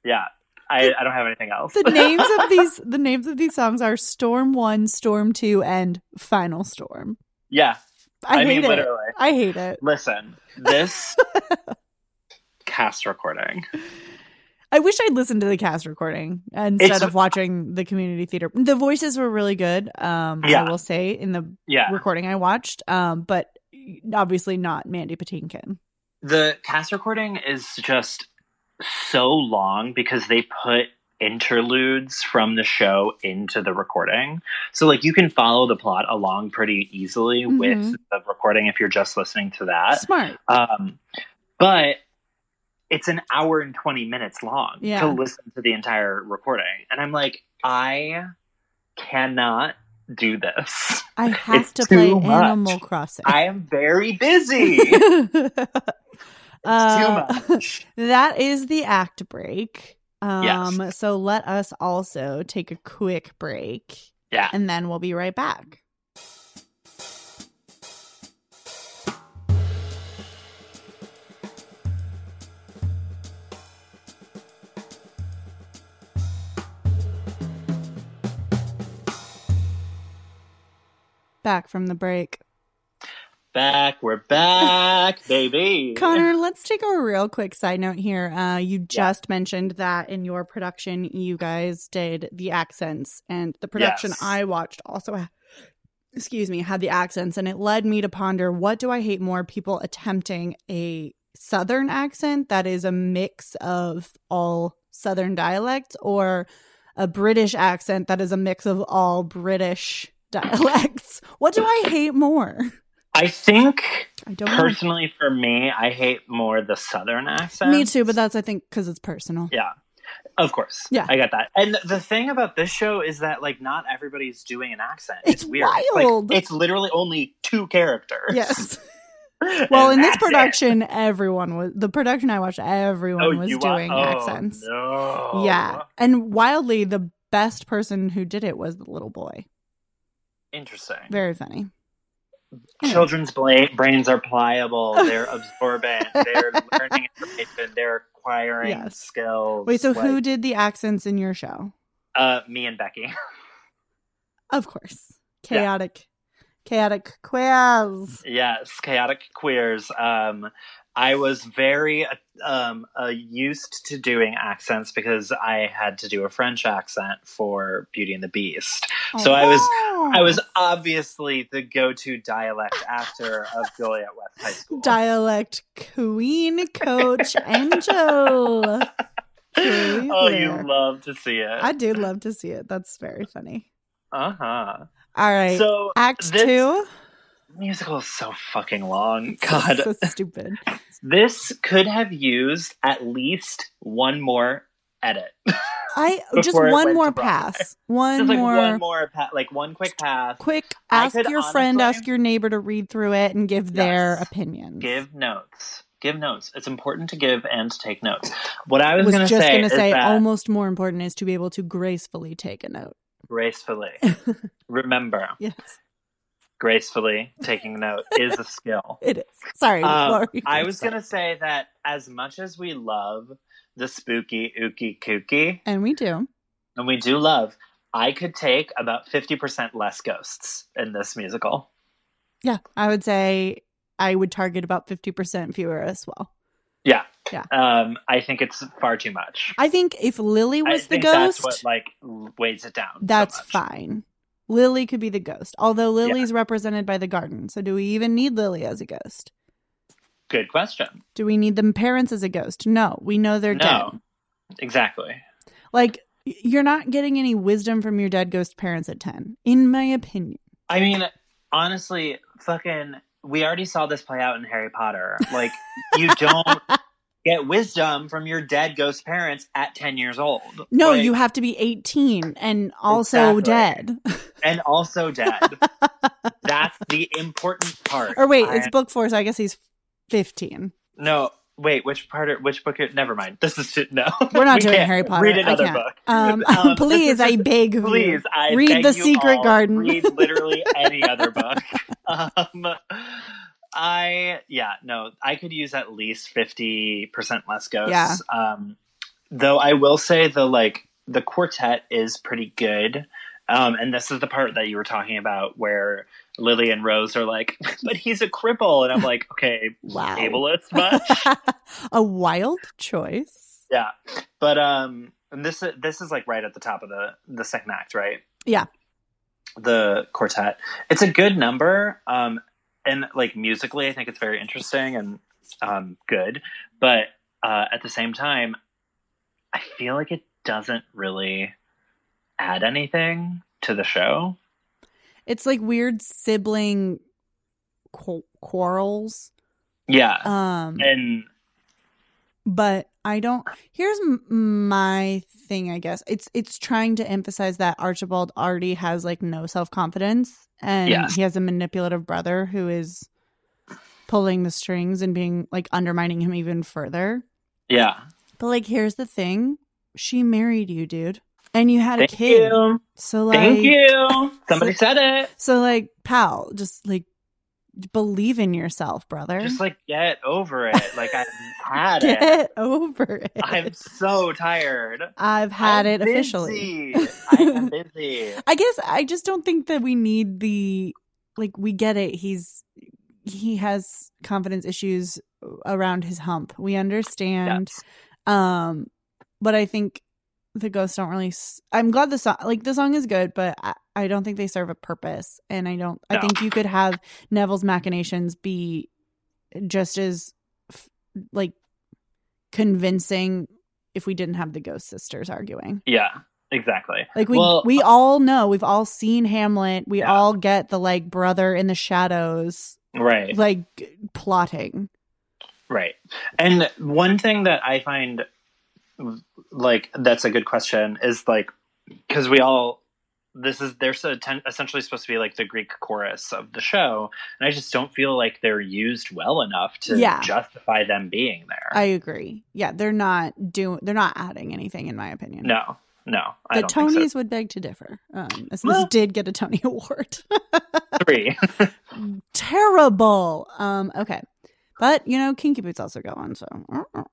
yeah. I, I don't have anything else. The names of these the names of these songs are Storm One, Storm Two, and Final Storm. yeah. I, I hate mean, it. literally. I hate it. Listen, this cast recording. I wish I'd listened to the cast recording instead It's- of watching the community theater. The voices were really good. Um, Yeah. I will say in the Yeah. recording I watched, um, but obviously not Mandy Patinkin. The cast recording is just so long because they put interludes from the show into the recording. So like you can follow the plot along pretty easily with Mhm. the recording if you're just listening to that. Smart. Um but it's an hour and 20 minutes long Yeah. to listen to the entire recording and I'm like I cannot do this. I have It's to play too much. Animal Crossing. I am very busy. Uh, Too much. that is the act break. Yes. Um, So let us also take a quick break Yeah. and then we'll be right back. back from the break. Back, we're back, baby. Connor, let's take a real quick side note here. Uh, you just mentioned that in your production, you guys did the accents, and the production Yes. I watched also, ha- excuse me, had the accents, and it led me to ponder what do I hate more: people attempting a Southern accent that is a mix of all Southern dialects, or a British accent that is a mix of all British dialects. What do I hate more? I think I don't. know. personally for me, I hate more the southern accent. Me too, but that's I think because it's personal. Yeah. Of course. Yeah. I got that. And the thing about this show is that like not everybody's doing an accent. It's, It's weird. Like, wild. it's literally only two characters. Yes. Well, in And this that's it. production, everyone was the production I watched. Everyone Oh, was you are- doing oh, accents. no. Yeah, and wildly, the best person who did it was the little boy. Interesting. Very funny. Anyway. Children's bla- brains are pliable. They're absorbent. They're learning information. They're acquiring Yes. skills. Wait, so who like- did the accents in your show? Uh, me and Becky. Of course, Yeah. chaotic, chaotic quiz. Yes, chaotic queers. Um, I was very uh, um, uh, used to doing accents because I had to do a French accent for Beauty and the Beast. So I was- I was obviously the go-to dialect actor of Joliet West High School. dialect queen, coach angel. oh, you Queer. love to see I it. do love to see it. That's very funny. Uh huh. All right. So Act this- two. musical is so fucking long. God, so stupid. this could have used at least one more edit. I just Before it one went more to Broadway. pass. One, Just like more, one more, pa- like one quick pass. quick. I Ask could your friend, honestly- ask your neighbor to read through it and give their Yes. opinions. give notes give notes it's important to give and take notes what i was, was gonna just say going to is say oh that almost more important is to be able to gracefully take a note. gracefully remember Yes, gracefully taking a note is a skill it is. Sorry. Um, what were you i gonna was say? going to say that as much as we love the spooky ooky kooky And we do. and we do love i could take about 50% less ghosts in this musical Yeah. I would say I would target about 50% fewer as well. yeah Yeah. um, i think it's far too much I think if Lily was I the think ghost, that's what like weighs it down so That's much. fine. Lily could be the ghost, although Lily's represented by the garden. So, do we even need Lily as a ghost? good question Do we need them parents as a ghost? No, we know they're No. dead. exactly Like, y- you're not getting any wisdom from your dead ghost parents at 10, in my opinion. I mean, honestly, fucking, we already saw this play out in Harry Potter. Like, you don't get wisdom from your dead ghost parents at 10 years old. No, Like, you have to be 18 and also Exactly. dead. And also dead. That's the important part. Or wait, I- it's book four, so I guess he's 15. No, wait, which part? Are, which book? Are, never mind. This is. Too, no. We're not We doing can't. Harry Potter. Read I another can't. book. Um, Um, please, this is- I beg of you. Please, I Read beg The you Secret all, Garden. Read literally any other book. Um, I yeah no, I could use at least fifty percent less ghosts. Yeah. Um, though I will say the like the quartet is pretty good. Um, and this is the part that you were talking about where Lily and Rose are like, but he's a cripple. And I'm like, okay, Wow. ableist much. a wild choice. yeah. But um and this this is like right at the top of the the second act, right? Yeah. The quartet. It's a good number. Um and like musically I think it's very interesting and um good, but uh at the same time I feel like it doesn't really add anything to the show. It's like weird sibling qu- quarrels. Yeah. Um, and but I don't. Here's m- my thing, I guess. It's it's trying to emphasize that Archibald already has like no self confidence, and Yes. he has a manipulative brother who is pulling the strings and being like undermining him even further. yeah. But like, here's the thing: she married you, dude, and you had Thank a kid. you. So like, Thank you. Somebody said it. So like, pal, just like believe in yourself, brother. Just like get over it. Like I've had it. Get over it. I'm so tired. I've had I'm it officially. busy. I am busy. I guess I just don't think that we need the like we get it. He's he has confidence issues around his hump. We understand. Yes. Um, but I think the ghosts don't really. S- I'm glad the song, like the song, is good, but I, I don't think they serve a purpose. And I don't. I No. think you could have Neville's machinations be just as f- like convincing if we didn't have the ghost sisters arguing. Yeah, exactly. Like we Well, uh, we all know, we've all seen Hamlet. We Yeah. all get the like brother in the shadows, Right. like plotting. Right. And one thing that I find like that's a good question is like because we all this is they're so ten, essentially supposed to be like the Greek chorus of the show, and I just don't feel like they're used well enough to Yeah. justify them being there. I agree. Yeah, they're not doing. They're not adding anything, in my opinion. no, no, I the don't think so. Tonys would beg to differ. Um, as Well- this did get a Tony Award. Three, Terrible. Um, okay, but you know, Kinky Boots also go on, so uh,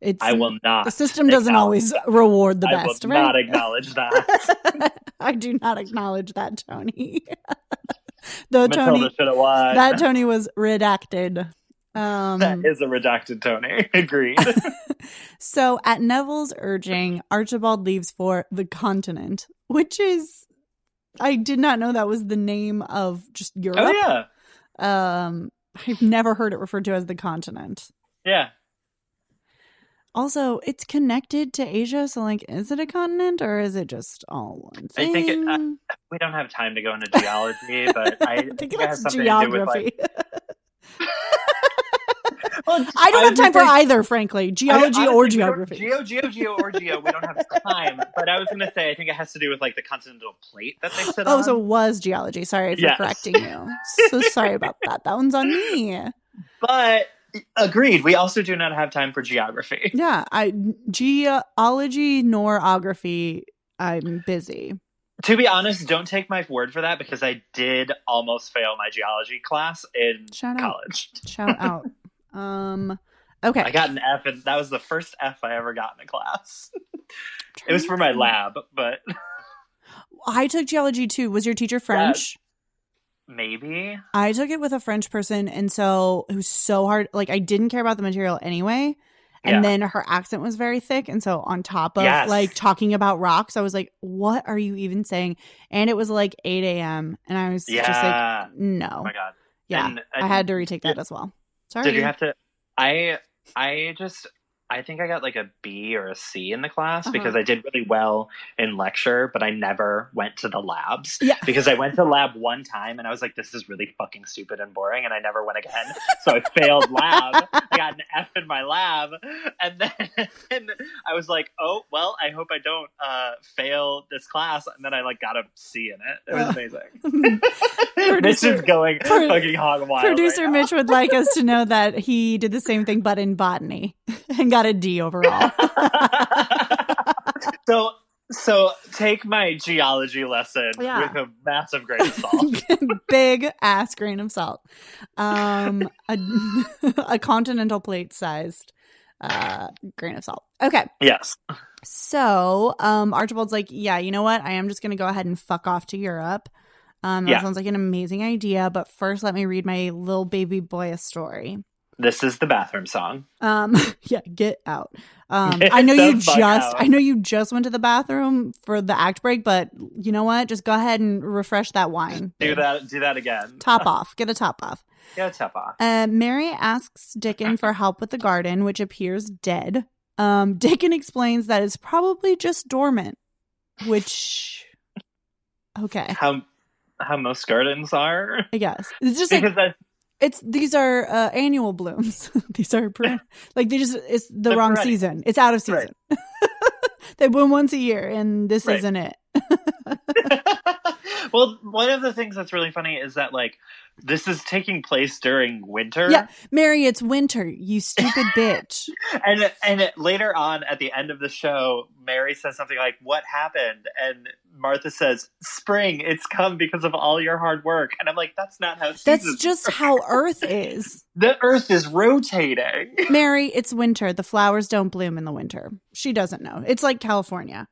it's I will the not. system doesn't always reward the I will best, not right? acknowledge that. I do not acknowledge that Tony. Though Matilda Tony, should have won. that Tony was redacted. Um, that is a redacted Tony. Agreed. So, at Neville's urging, Archibald leaves for the continent, which is I did not know that was the name of just oh Europe. yeah, Um I've never heard it referred to as the continent. yeah. Also, it's connected to Asia, so like is it a continent or is it just all one thing? I think it- I- We don't have time to go into geology, but I, I think think it has that's something to do with like geography. I don't have time for either, frankly. Geology I- or honestly, we don't- geography. Geo, geo, geo, or geo. We don't have time. But I was going to say, I think it has to do with like the continental plate that they sit oh, on. so it was geology. Sorry for Yes. correcting you. So sorry about that. That one's on me. But agreed, we also do not have time for geography. Yeah, I geology norography. I'm busy. To be honest, don't take my word for that because I did almost fail my geology class in Shout out. college. Shout out. um. Okay. I got an F, and that was the first F I ever got in a class. It was for my lab, but I took geology too. Was your teacher French? maybe. I took it with a French person, and so it was so hard. Like I didn't care about the material anyway. And Yeah. then her accent was very thick. And so, on top of Yes. like talking about rocks, I was like, what are you even saying? And it was like 8 a.m. And I was Yeah. just like, no. oh my god. yeah. And I had to retake that as well. Sorry. Did you have to? I I just I think I got like a B or a C in the class Uh-huh. because I did really well in lecture, but I never went to the labs Yeah. because I went to lab one time and I was like, "This is really fucking stupid and boring," and I never went again. So I failed lab. I got an F in my lab, and then I was like, "Oh well, I hope I don't uh, fail this class." And then I like got a C in it. It was Oh. amazing. this Producer- is going Pro- fucking hog wild. right Producer now. Mitch would like us to know that he did the same thing but in botany and got a D overall. so so take my geology lesson Yeah. with a massive grain of salt. Big ass grain of salt. Um, a, a continental plate sized uh, grain of salt. Okay. yes. So um, Archibald's like, yeah, you know what? I am just going to go ahead and fuck off to Europe. Um, that Yeah. sounds like an amazing idea, but first let me read my little baby boy a story. This is the bathroom song. Um, yeah, get out. Um, Get I know the you fuck just, out. I know you just went to the bathroom for the act break, but you know what? Just go ahead and refresh that wine. Do that do that again. Top off. Get a top off. Yeah, top off. Uh, Mary asks Dickon for help with the garden, which appears dead. Um, Dickon explains that it's probably just dormant, which, okay, How how most gardens are. I guess it's just like Because that's it's these are uh, annual blooms. these are per- like they just it's the They're wrong perennial. season. It's out of Right. season. they bloom once a year, and this Right. isn't it. well, one of the things that's really funny is that like this is taking place during winter. Yeah, Mary, it's winter. You stupid bitch. and and later on at the end of the show, Mary says something like, "What happened?" And Martha says, "Spring. It's come because of all your hard work." And I'm like, "That's not how That's seasons just work. how Earth is. the Earth is rotating." Mary, it's winter. The flowers don't bloom in the winter. She doesn't know. It's like California.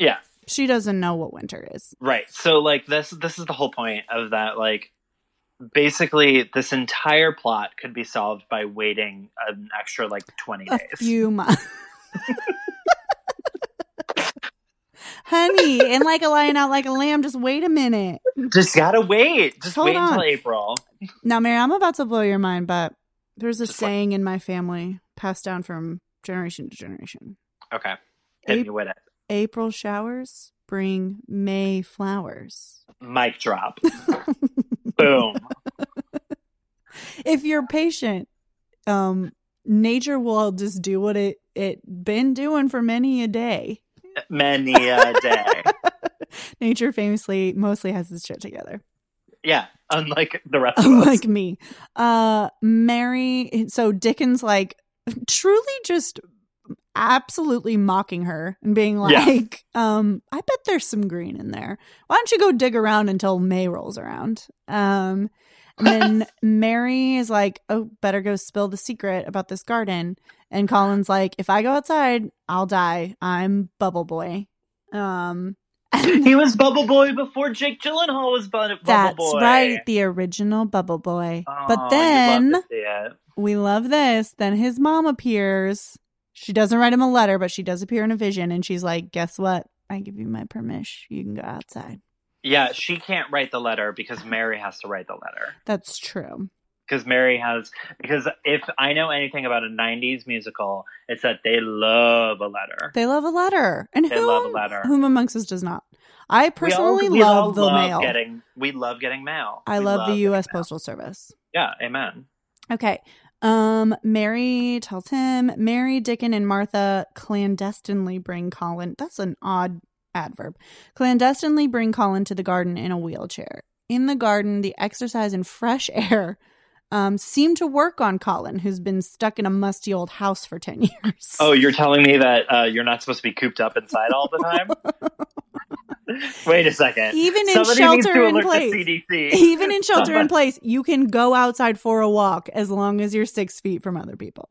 Yeah. She doesn't know what winter is. Right. So like this this is the whole point of that like basically this entire plot could be solved by waiting an extra like 20 a days. few months. Honey, and like a lion out like a lamb, just wait a minute. Just gotta wait. Just Hold wait until on. April. Now, Mary, I'm about to blow your mind, but there's a Just what? saying in my family passed down from generation to generation Okay. Hit me Ap- with it. April showers bring May flowers. Mic drop. Boom. if you're patient, um, nature will just do what it it been doing for many a day. Many a day. Nature famously mostly has its shit together, Yeah. Unlike the rest of us. unlike me. Uh, Mary. So Dickens like truly just absolutely mocking her and being Yeah. like, um, I bet there's some green in there. Why don't you go dig around until May rolls around? Um, and then Mary is like, oh, better go spill the secret about this garden. And Colin's like, if I go outside, I'll die. I'm Bubble Boy. Um, He was Bubble Boy before Jake Gyllenhaal was Bu- Bubble that's Boy. right, the original Bubble Boy. Oh, but you then love to see it. we love this. Then his mom appears. She doesn't write him a letter, but she does appear in a vision, and she's like, "Guess what? I give you my permission. You can go outside." Yeah, she can't write the letter because Mary has to write the letter. That's true. Because Mary has, because if I know anything about a 90s musical, it's that they love a letter. They love a letter, and They whom, love a letter. whom amongst us does not? I We all- personally we all love the mail. Getting, we love getting mail. I We love, the getting U.S. mail. Postal Service. Yeah, amen. Okay. Um, Mary tells him Mary, Dickon, and Martha clandestinely bring Colin. That's an odd adverb. Clandestinely bring Colin to the garden in a wheelchair. In the garden, the exercise and fresh air um, seem to work on Colin, who's been stuck in a musty old house for 10 years. Oh, you're telling me that uh, you're not supposed to be cooped up inside all the time? Wait a second. even in Somebody needs to shelter in alert place. the CDC. Even in shelter in place, you can go outside for a walk as long as you're six feet from other people.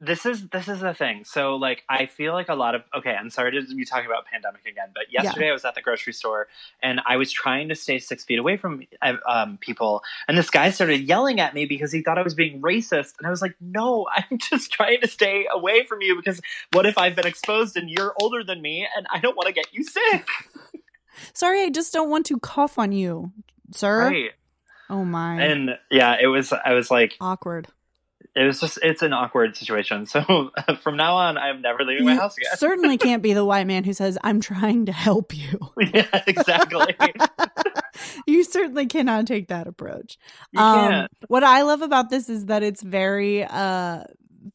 this is this is the thing so like i feel like a lot of okay i'm sorry to be talking about pandemic again but Yeah. yesterday i was at the grocery store and i was trying to stay six feet away from uh, um, people and this guy started yelling at me because he thought i was being racist and i was like no i'm just trying to stay away from you because what if i've been exposed and you're older than me and i don't want to get you sick Sorry, I just don't want to cough on you, sir. right Oh my. and yeah it was i was like Awkward. it was just it's an awkward situation so from now on i'm never leaving my You house again certainly can't be the white man who says, I'm trying to help you. yeah exactly You certainly cannot take that approach. Um, You can't. what I love about this is that it's very uh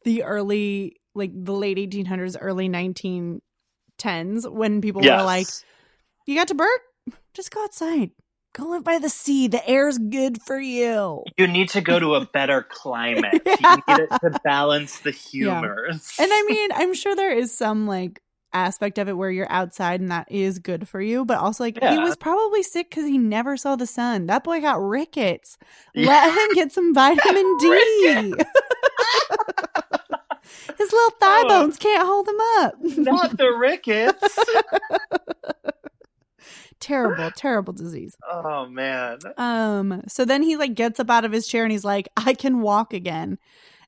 the early like the late eighteen hundreds, early nineteen tens, when people were like, You got to Bert? Just go outside. Go live by the sea. The air's good for you. you need to go to a better climate. Yeah. You need it to balance the humors. And I mean, I'm sure there is some like aspect of it where you're outside and that is good for you, but also like he Yeah. was probably sick because he never saw the sun. That boy got rickets. Yeah. Let him get some vitamin D. His little thigh Oh. bones can't hold him up. not the rickets. terrible, terrible disease. oh man. Um, so then he like gets up out of his chair and he's like, I can walk again.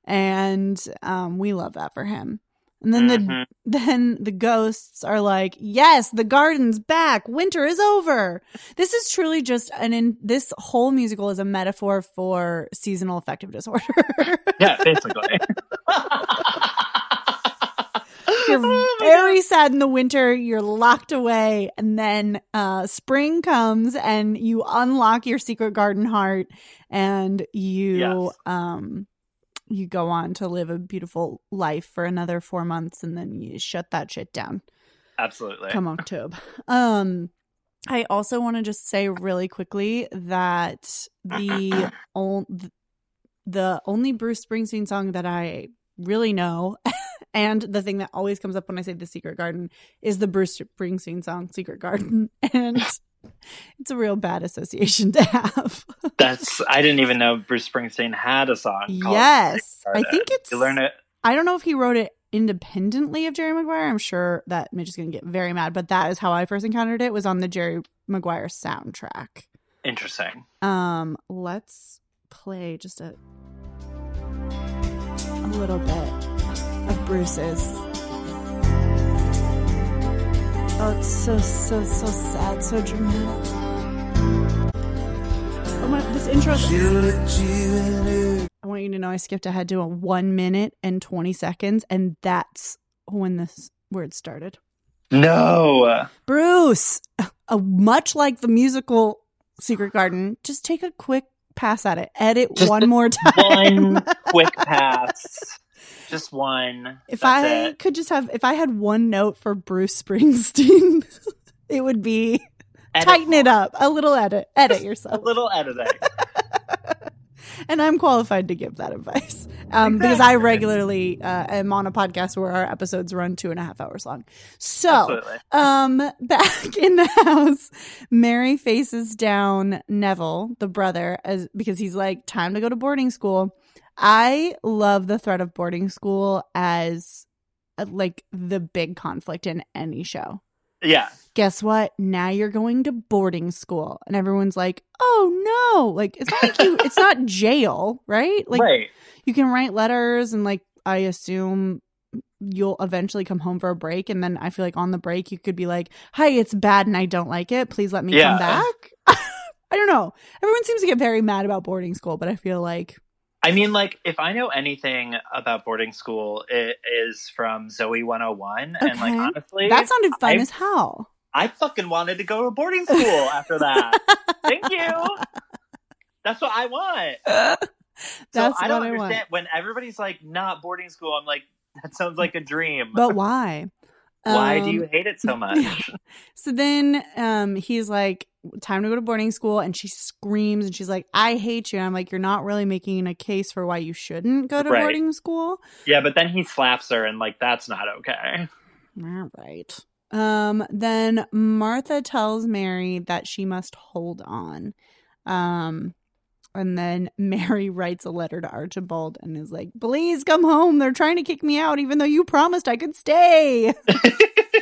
And um, we love that for him. And then the Mhm. then the ghosts are like, "Yes, the garden's back. Winter is over." This is truly just an in this whole musical is a metaphor for seasonal affective disorder. yeah, basically. You're Oh, my very sad in the winter, you're locked away, and then uh spring comes and you unlock your secret garden heart and you Yes. um you go on to live a beautiful life for another 4 months and then you shut that shit down. God. Absolutely. come October. Um, I also want to just say really quickly that the on, the only Bruce Springsteen song that I really know, and the thing that always comes up when I say the Secret Garden is the Bruce Springsteen song "Secret Garden," and it's a real bad association to have. That's I didn't even know Bruce Springsteen had a song called yes, I Garden. think it's. You learn it. I don't know if he wrote it independently of Jerry Maguire. I'm sure that Mitch is going to get very mad, but that is how I first encountered it was on the Jerry Maguire soundtrack. Interesting. Um, let's play just a a little bit of Bruce's. Oh, it's so so so sad, so dramatic. Oh my, this intro. I want you to know I skipped ahead to a one minute and twenty seconds, and that's when this word started. No. Bruce, uh, much like the musical Secret Garden, just take a quick pass at it. Edit Just one more time. One quick pass. Just one. if That's I it. could just have, if I had one note for Bruce Springsteen, it would be Edit- tighten it up, a little edit, edit a yourself. little editing. And I'm qualified to give that advice um, because I regularly uh, am on a podcast where our episodes run two and a half hours long. So. Absolutely. Um, back in the house, Mary faces down Neville, the brother, as because he's like, time to go to boarding school. I love the threat of boarding school as uh, like the big conflict in any show. Yeah. Guess what? Now you're going to boarding school, and everyone's like, "Oh no!" Like it's not like you, it's not jail, right? Like right. you can write letters and like i assume you'll eventually come home for a break and then i feel like on the break you could be like hi it's bad and i don't like it please let me Yeah. come back i don't know everyone seems to get very mad about boarding school but i feel like I mean, like, if I know anything about boarding school, it is from Zoe 101. And, like, Okay. honestly, that sounded fun I- as hell I fucking wanted to go to boarding school after that. Thank you. That's what I want. that's so what I don't i understand want when everybody's like not boarding school. I'm like, that sounds like a dream. but why Why do Um, you hate it so much? So then um, he's like, time to go to boarding school. And she screams and she's like, I hate you. And I'm like, you're not really making a case for why you shouldn't go to Right. boarding school. yeah, but then he slaps her and like that's not okay. All right. Um, then Martha tells Mary that she must hold on. Um, and then Mary writes a letter to Archibald and is like, please come home. They're trying to kick me out, even though you promised I could stay.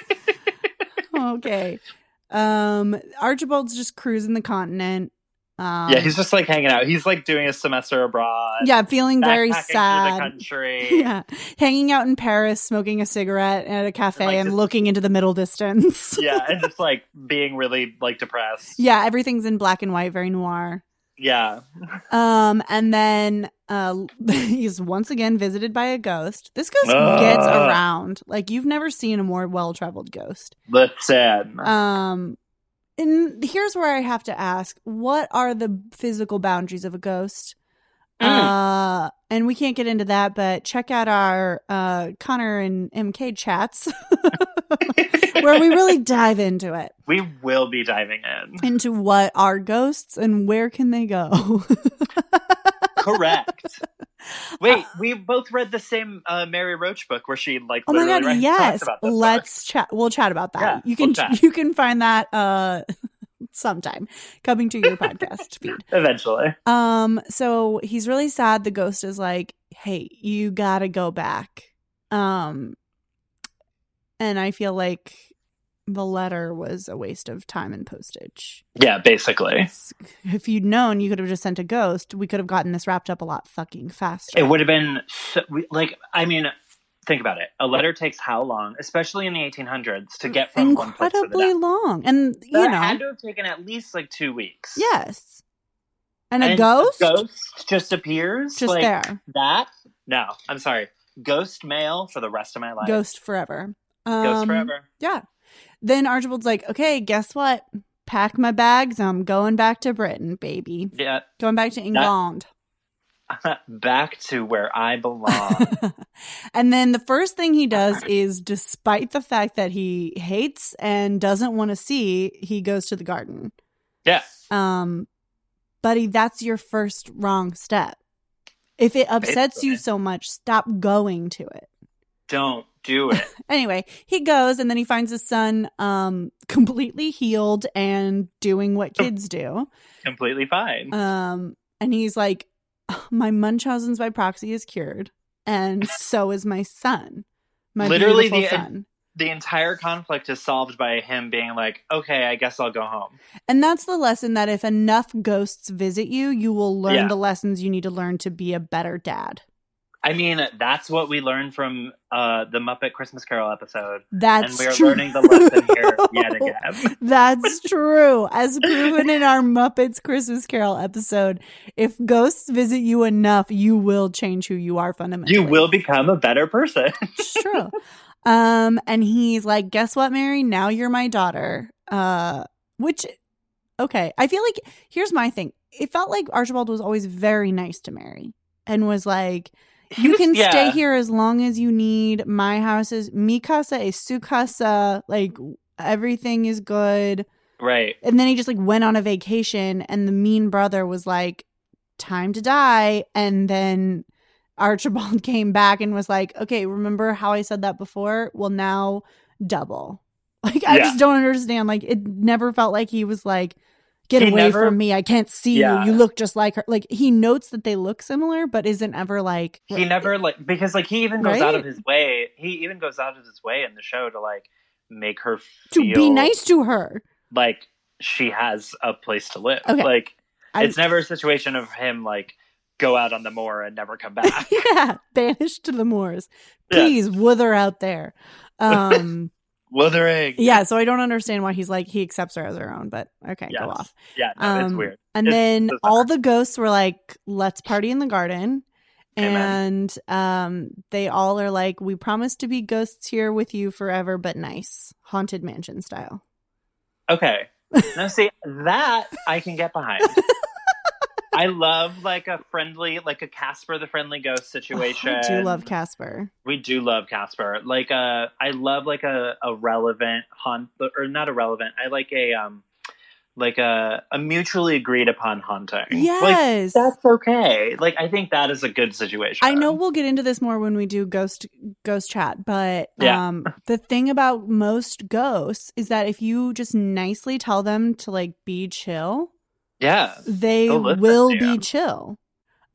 okay. Um, Archibald's just cruising the continent. Um, yeah, he's just like hanging out. He's like doing a semester abroad. yeah, feeling very backpacking through The sad. country. Yeah. Hanging out in Paris, smoking a cigarette at a cafe like, and just- looking into the middle distance. yeah, and just like being really like depressed. Yeah, everything's in black and white, very noir. Yeah. Um, and then uh, he's once again visited by a ghost. This ghost gets Ugh. around. Like you've never seen a more well-traveled ghost. Listen. Um, and here's where I have to ask: What are the physical boundaries of a ghost? Uh, and we can't get into that, but check out our uh, Connor and MK chats where we really dive into it, we will be diving in. into what are ghosts and where can they go. Correct. Wait, we both read the same uh, Mary Roach book where she like Oh my literally god, writes- yes. talks about this book. Let's chat we'll chat about that. Yeah, you can we'll chat. you can find that uh sometime coming to your podcast feed. eventually. Um so he's really sad the ghost is like, "Hey, you got to go back." Um and I feel like the letter was a waste of time and postage. Yeah, basically. If you'd known, you could have just sent a ghost. We could have gotten this wrapped up a lot fucking faster. It would have been so, we- like I mean, think about it. A letter takes how long, especially in the 1800s, to get from one place to the incredibly next. long. And you That know, had to have taken at least like two weeks. Yes. And a And ghost? ghost just appears Just like there. that. No, I'm sorry. Ghost mail for the rest of my life. Ghost forever. Um, Ghost forever. Yeah. Then Archibald's like, okay, guess what? Pack my bags. I'm going back to Britain, baby. Yeah, Going back to England. back to where I belong. and then the first thing he does is, despite the fact that he hates and doesn't want to see, he goes to the garden. yeah, Um, buddy, that's your first wrong step. If it upsets you Basically. so much, stop going to it. don't do it. Anyway, he goes and then he finds his son um completely healed and doing what Oh. kids do. Completely fine. Um and he's like my Munchausen's by proxy is cured and so is my son. My Literally beautiful the- son. the entire conflict is solved by him being like, okay, I guess I'll go home. And that's the lesson that if enough ghosts visit you, you will learn Yeah. the lessons you need to learn to be a better dad. I mean, that's what we learned from uh, the Muppet Christmas Carol episode. That's and we are true. learning the lesson here yet again. That's true. As proven in our Muppets Christmas Carol episode, if ghosts visit you enough, you will change who you are fundamentally. You will become a better person. It's true. Um, and he's like, guess what, Mary? Now you're my daughter. Uh, which, okay, I feel like here's my thing. It felt like Archibald was always very nice to Mary and was like, He you was- can stay yeah. here as long as you need. My house is mi casa es su casa. Like everything is good. Right. And then he just like went on a vacation, and the mean brother was like, time to die. And then Archibald came back and was like, okay, remember how I said that before? Well, now double. Like, I Yeah. just don't understand. Like, it never felt like he was like, get He away never- from me. I can't see Yeah. you. You look just like her. Like, he notes that they look similar, but isn't ever like, He never like because like he even goes out of Right? his way. He even goes out of his way in the show to like make her to feel be nice to her. like she has a place to live. Okay. Like I- it's never a situation of him like go out on the moor and never come back. yeah. Banished to the moors. Yeah. Please, wither out there. Um, Withering. Yeah, so I don't understand why he's like he accepts her as her own, but okay, Yes. go off. Yeah, no, it's Um, weird. And It's then bizarre. all the ghosts were like, "Let's party in the garden," Amen. and um, they all are like, "We promise to be ghosts here with you forever, but nice, haunted mansion style." Okay. Now see that I can get behind. I love like a friendly, like a Casper the Friendly Ghost situation. Oh, I do love Casper. We do love Casper. Like uh I love like a, a relevant haunt or not a relevant. I like a um like a a mutually agreed upon haunting. Like Yes, that's okay. Like I think that is a good situation. I know we'll get into this more when we do ghost ghost chat, but Yeah. um the thing about most ghosts is that if you just nicely tell them to like be chill, Yeah. they They'll listen will to be you. chill.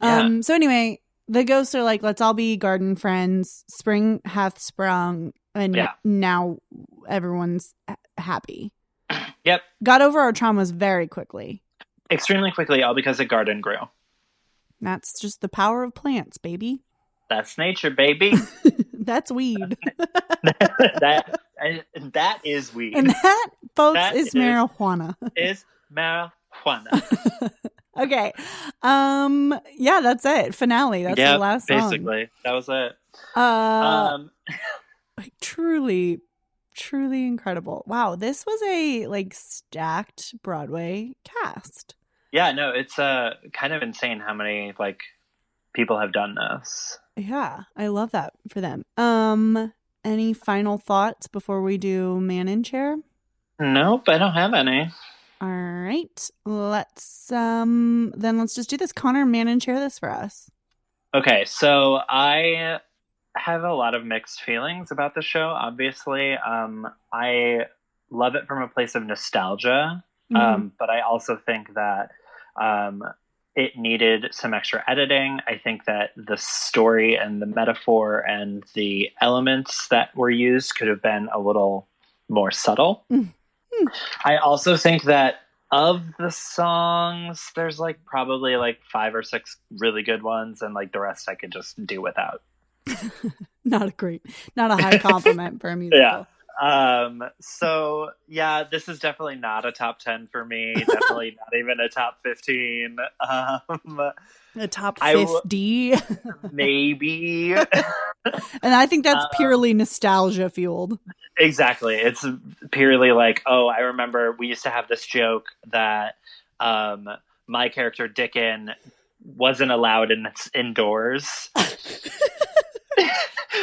Yeah. Um so anyway, the ghosts are like, let's all be garden friends. Spring hath sprung and Yeah. now everyone's ha- happy. Yep. Got over our traumas very quickly. Extremely quickly, all because a garden grew. That's just the power of plants, baby. That's nature, baby. That's weed. that I, that is weed. and that, folks, That is is- marijuana. is marijuana. okay. Um yeah, that's it. Finale. That's Yeah, the last song. Basically, that was it. Uh, um, like truly truly incredible wow this was a like stacked broadway cast yeah, no, it's uh kind of insane how many like people have done this. yeah i love that for them um any final thoughts before we do man in chair Nope, I don't have any. all right let's um then let's just do this connor man in chair this for us Okay, so I have a lot of mixed feelings about the show. Obviously, um, I love it from a place of nostalgia. Mm-hmm. Mm, Um, but I also think that um, it needed some extra editing. I think that the story and the metaphor and the elements that were used could have been a little more subtle. Mm. Mm. I also think that of the songs, there's like probably like five or six really good ones, and like the rest I could just do without. not a great not a high compliment for a musical Um, so yeah, this is definitely not a top 10 for me, definitely not even a top 15. Um, a top I will- 50 maybe and i think that's Um, purely nostalgia fueled exactly it's purely like oh i remember we used to have this joke that um my character dickon wasn't allowed in indoors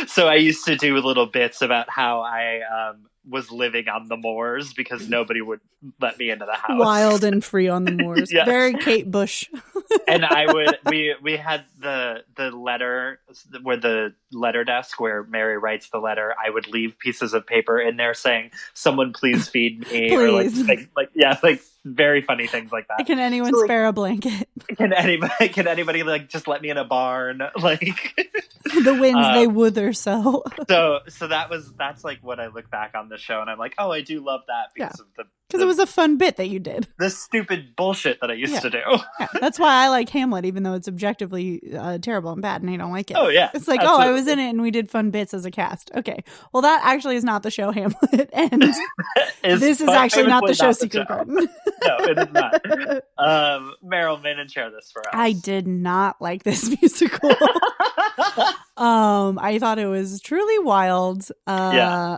so i used to do little bits about how i um was living on the moors because nobody would let me into the house wild and free on the moors Yeah. very kate bush and I would we we had the the letter where the letter desk where Mary writes the letter. I would leave pieces of paper in there saying, "Someone please feed me," or like, Please. like like yeah, like very funny things like that. Can anyone So, like- spare a blanket? Can anybody can anybody like just let me in a barn? Like the winds Um, they wither so. so so that was that's like what I look back on the show and I'm like, oh, I do love that because of the Because it was a fun bit that you did. the stupid bullshit that I used Yeah. to do. Yeah, that's why I like Hamlet, even though it's objectively uh, terrible and bad, and I don't like it. Oh yeah, It's like, oh, I was in it and we did fun bits as a cast. Okay. Well, that actually is not the show Hamlet. And It's this is fun- actually not the famously show Secret show. Garden. No, it is not. Um, Meryl, and share this for us. I did not like this musical. um, I thought it was truly wild. Uh, Yeah.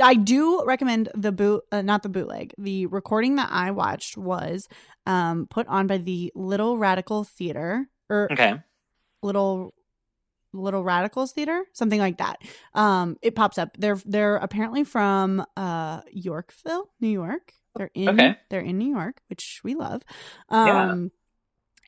I do recommend the boot, uh, not the bootleg. The recording that I watched was um, put on by the Little Radical Theater er, or Okay. Little Little Radicals Theater, something like that. Um, it pops up. They're they're apparently from uh, Yorkville, New York. They're in Okay. they're in New York, which we love. Yeah. Um,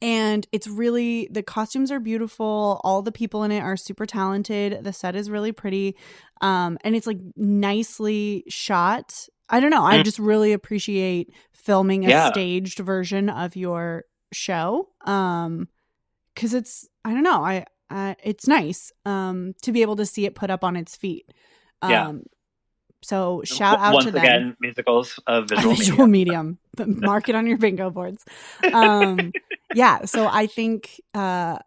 and it's really the costumes are beautiful. All the people in it are super talented. The set is really pretty, um, and it's like nicely shot. I don't know. I Mm. just really appreciate filming a Yeah. staged version of your show. Um, because it's I don't know. I uh, it's nice um to be able to see it put up on its feet. Um, Yeah. So shout W- out once to them. again, musicals of A visual, visual media. medium. But mark it on your bingo boards. Um, yeah. So I think uh,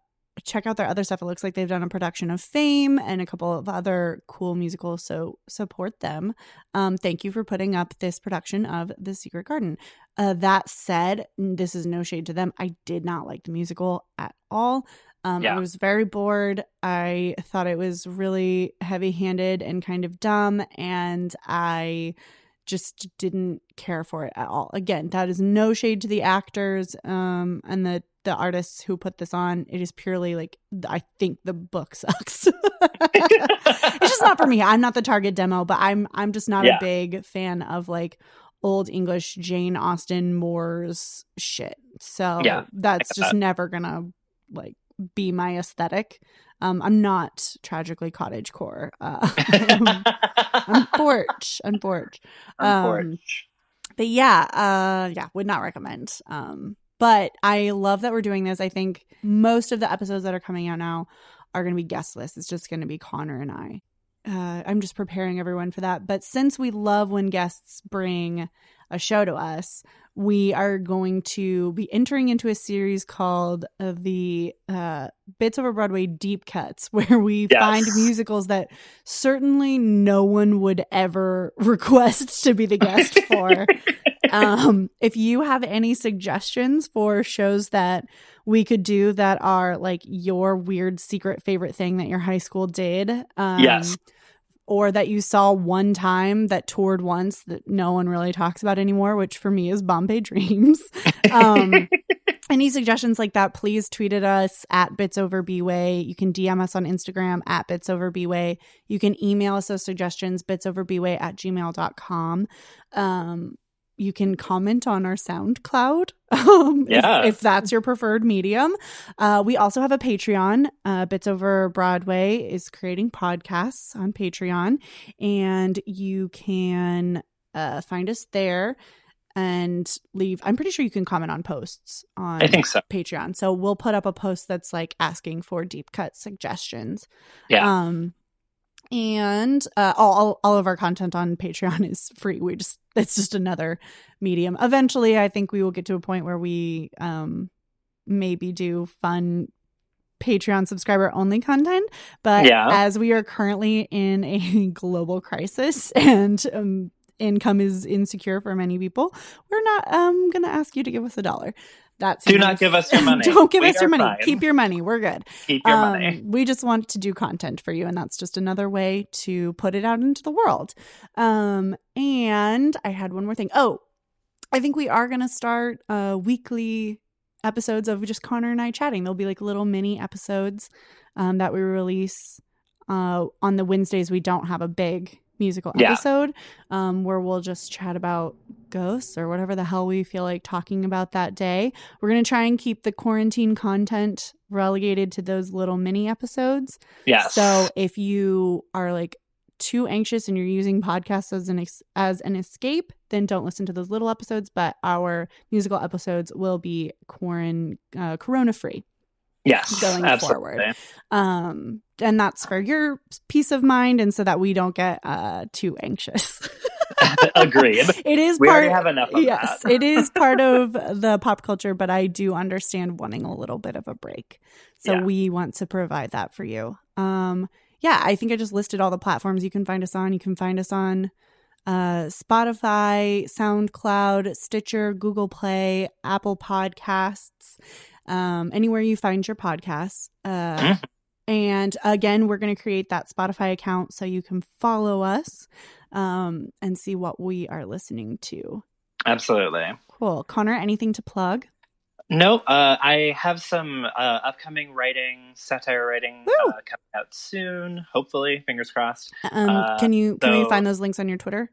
check out their other stuff. It looks like they've done a production of Fame and a couple of other cool musicals. So support them. Um, thank you for putting up this production of The Secret Garden. Uh, that said, n- this is no shade to them. I did not like the musical at all. Um, Yeah. I was very bored. I thought it was really heavy handed and kind of dumb. And I just didn't care for it at all. Again, that is no shade to the actors um and the the artists who put this on. It is purely like th- I think the book sucks. it's just not for me. I'm not the target demo, but I'm I'm just not Yeah. a big fan of like old English Jane Austen Moore's shit. So Yeah, that's get just never gonna like be my aesthetic. Um I'm not tragically cottage core. Uh, I'm forge. I'm forge. Um, but yeah, uh, yeah, would not recommend. Um, but I love that we're doing this. I think most of the episodes that are coming out now are going to be guest lists. It's just going to be Connor and I. Uh, I'm just preparing everyone for that. But since we love when guests bring a show to us, we are going to be entering into a series called uh, the uh, Bits Over Broadway Deep Cuts, where we Yes. find musicals that certainly no one would ever request to be the guest for. um, if you have any suggestions for shows that we could do that are like your weird secret favorite thing that your high school did, um, Yes. or that you saw one time that toured once that no one really talks about anymore, which for me is Bombay Dreams. Um, any suggestions like that, please tweet at us at Bits Over Bway. You can DM us on Instagram at Bits Over Bway. You can email us those suggestions, bitsoverbway at gmail.com. Um, you can comment on our SoundCloud um, if- Yeah. if, that's your preferred medium. Uh, we also have a Patreon. Uh, Bits Over Broadway is creating podcasts on Patreon, and you can uh, find us there and leave. I'm pretty sure you can comment on posts on I think so. Patreon. So we'll put up a post that's like asking for deep cut suggestions. Yeah. Um, and uh, all, all all of our content on Patreon is free. We just it's just another medium. Eventually, I think we will get to a point where we um maybe do fun Patreon subscriber only content. But Yeah. as we are currently in a global crisis and um, income is insecure for many people, we're not um going to ask you to give us a dollar. That's Do not give us your money. Don't give We us your are money. fine. Keep your money. We're good. Keep your Um, money. We just want to do content for you, and that's just another way to put it out into the world. Um, and I had one more thing. Oh, I think we are going to start uh, weekly episodes of just Connor and I chatting. There'll be like little mini episodes um, that we release uh, on the Wednesdays. We don't have a big musical Yeah. episode um, where we'll just chat about ghosts or whatever the hell we feel like talking about that day. We're going to try and keep the quarantine content relegated to those little mini episodes. Yes. So if you are like too anxious and you're using podcasts as an ex- as an escape, then don't listen to those little episodes, but our musical episodes will be quaran uh, corona free yes, going absolutely. forward. um and that's for your peace of mind and so that we don't get uh too anxious. Agreed. It is We part already have enough of Yes, that. it is part of the pop culture, but I do understand wanting a little bit of a break. So Yeah. we want to provide that for you. Um yeah, I think I just listed all the platforms you can find us on. You can find us on uh Spotify, SoundCloud, Stitcher, Google Play, Apple Podcasts, um anywhere you find your podcasts. Uh Mm-hmm. And again, we're going to create that Spotify account so you can follow us um, and see what we are listening to. Absolutely. Cool. Connor, anything to plug? No, uh, I have some uh, upcoming writing, satire writing Woo! uh, coming out soon. Hopefully, fingers crossed. Um, Uh, can you can we so- find those links on your Twitter?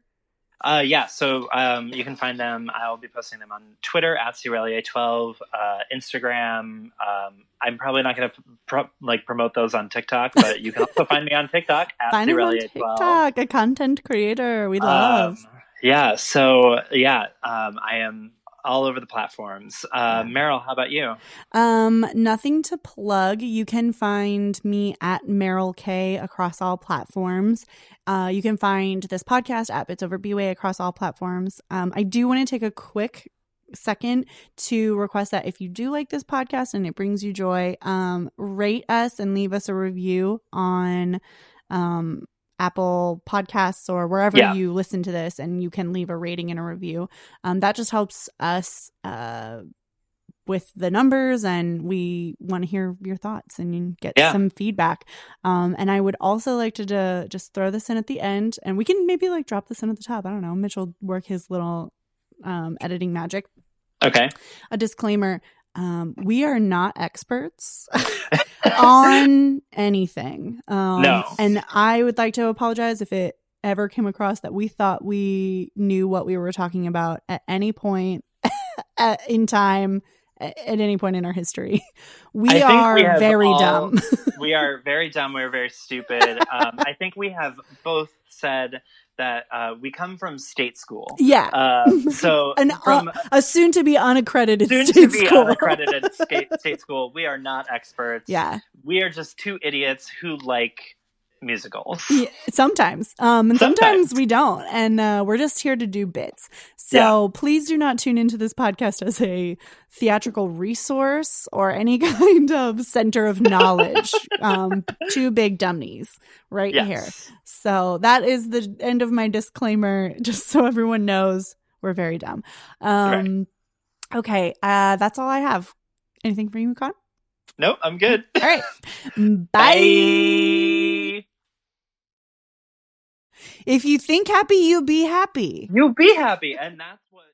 Uh, yeah, so um, you can find them. I'll be posting them on Twitter at Cirellier12, uh, Instagram. Um, I'm probably not going to pro- like promote those on TikTok, but you can also find me on TikTok at Find us on Cirellier12. TikTok, a content creator we love. Um, yeah, so yeah, um, I am all over the platforms. Uh, Meryl, how about you? Um, nothing to plug. You can find me at Meryl K across all platforms. Uh, you can find this podcast at Bits Over Bway across all platforms. Um, I do want to take a quick second to request that if you do like this podcast and it brings you joy, um, rate us and leave us a review on um Apple podcasts or wherever Yeah. you listen to this and you can leave a rating and a review. Um, that just helps us uh with the numbers and we want to hear your thoughts and you get Yeah. some feedback um, and i would also like to uh, just throw this in at the end and we can maybe like drop this in at the top i don't know mitch will work his little um, editing magic Okay. a disclaimer um, we are not experts on anything um, No. and i would like to apologize if it ever came across that we thought we knew what we were talking about at any point at, in time at at any point in our history we I think we are have very all- dumb we are very dumb. We're very stupid. Um, I think we have both said that uh, we come from state school. yeah Uh, so An, from a soon to be unaccredited uh, soon to state be school unaccredited state, state school, we are not experts. yeah We are just two idiots who like musicals. Yeah, sometimes. Um, and sometimes, Sometimes. we don't. And uh, we're just here to do bits. So please do not tune into this podcast as a theatrical resource or any kind of center of knowledge. um, two big dummies right here. Yes. So that is the end of my disclaimer, just so everyone knows we're very dumb. Um, Okay, uh, that's all I have. Anything for you, Con? Nope, I'm good. All right. Bye. Bye. If you think happy, you be happy. You be happy. And that's what.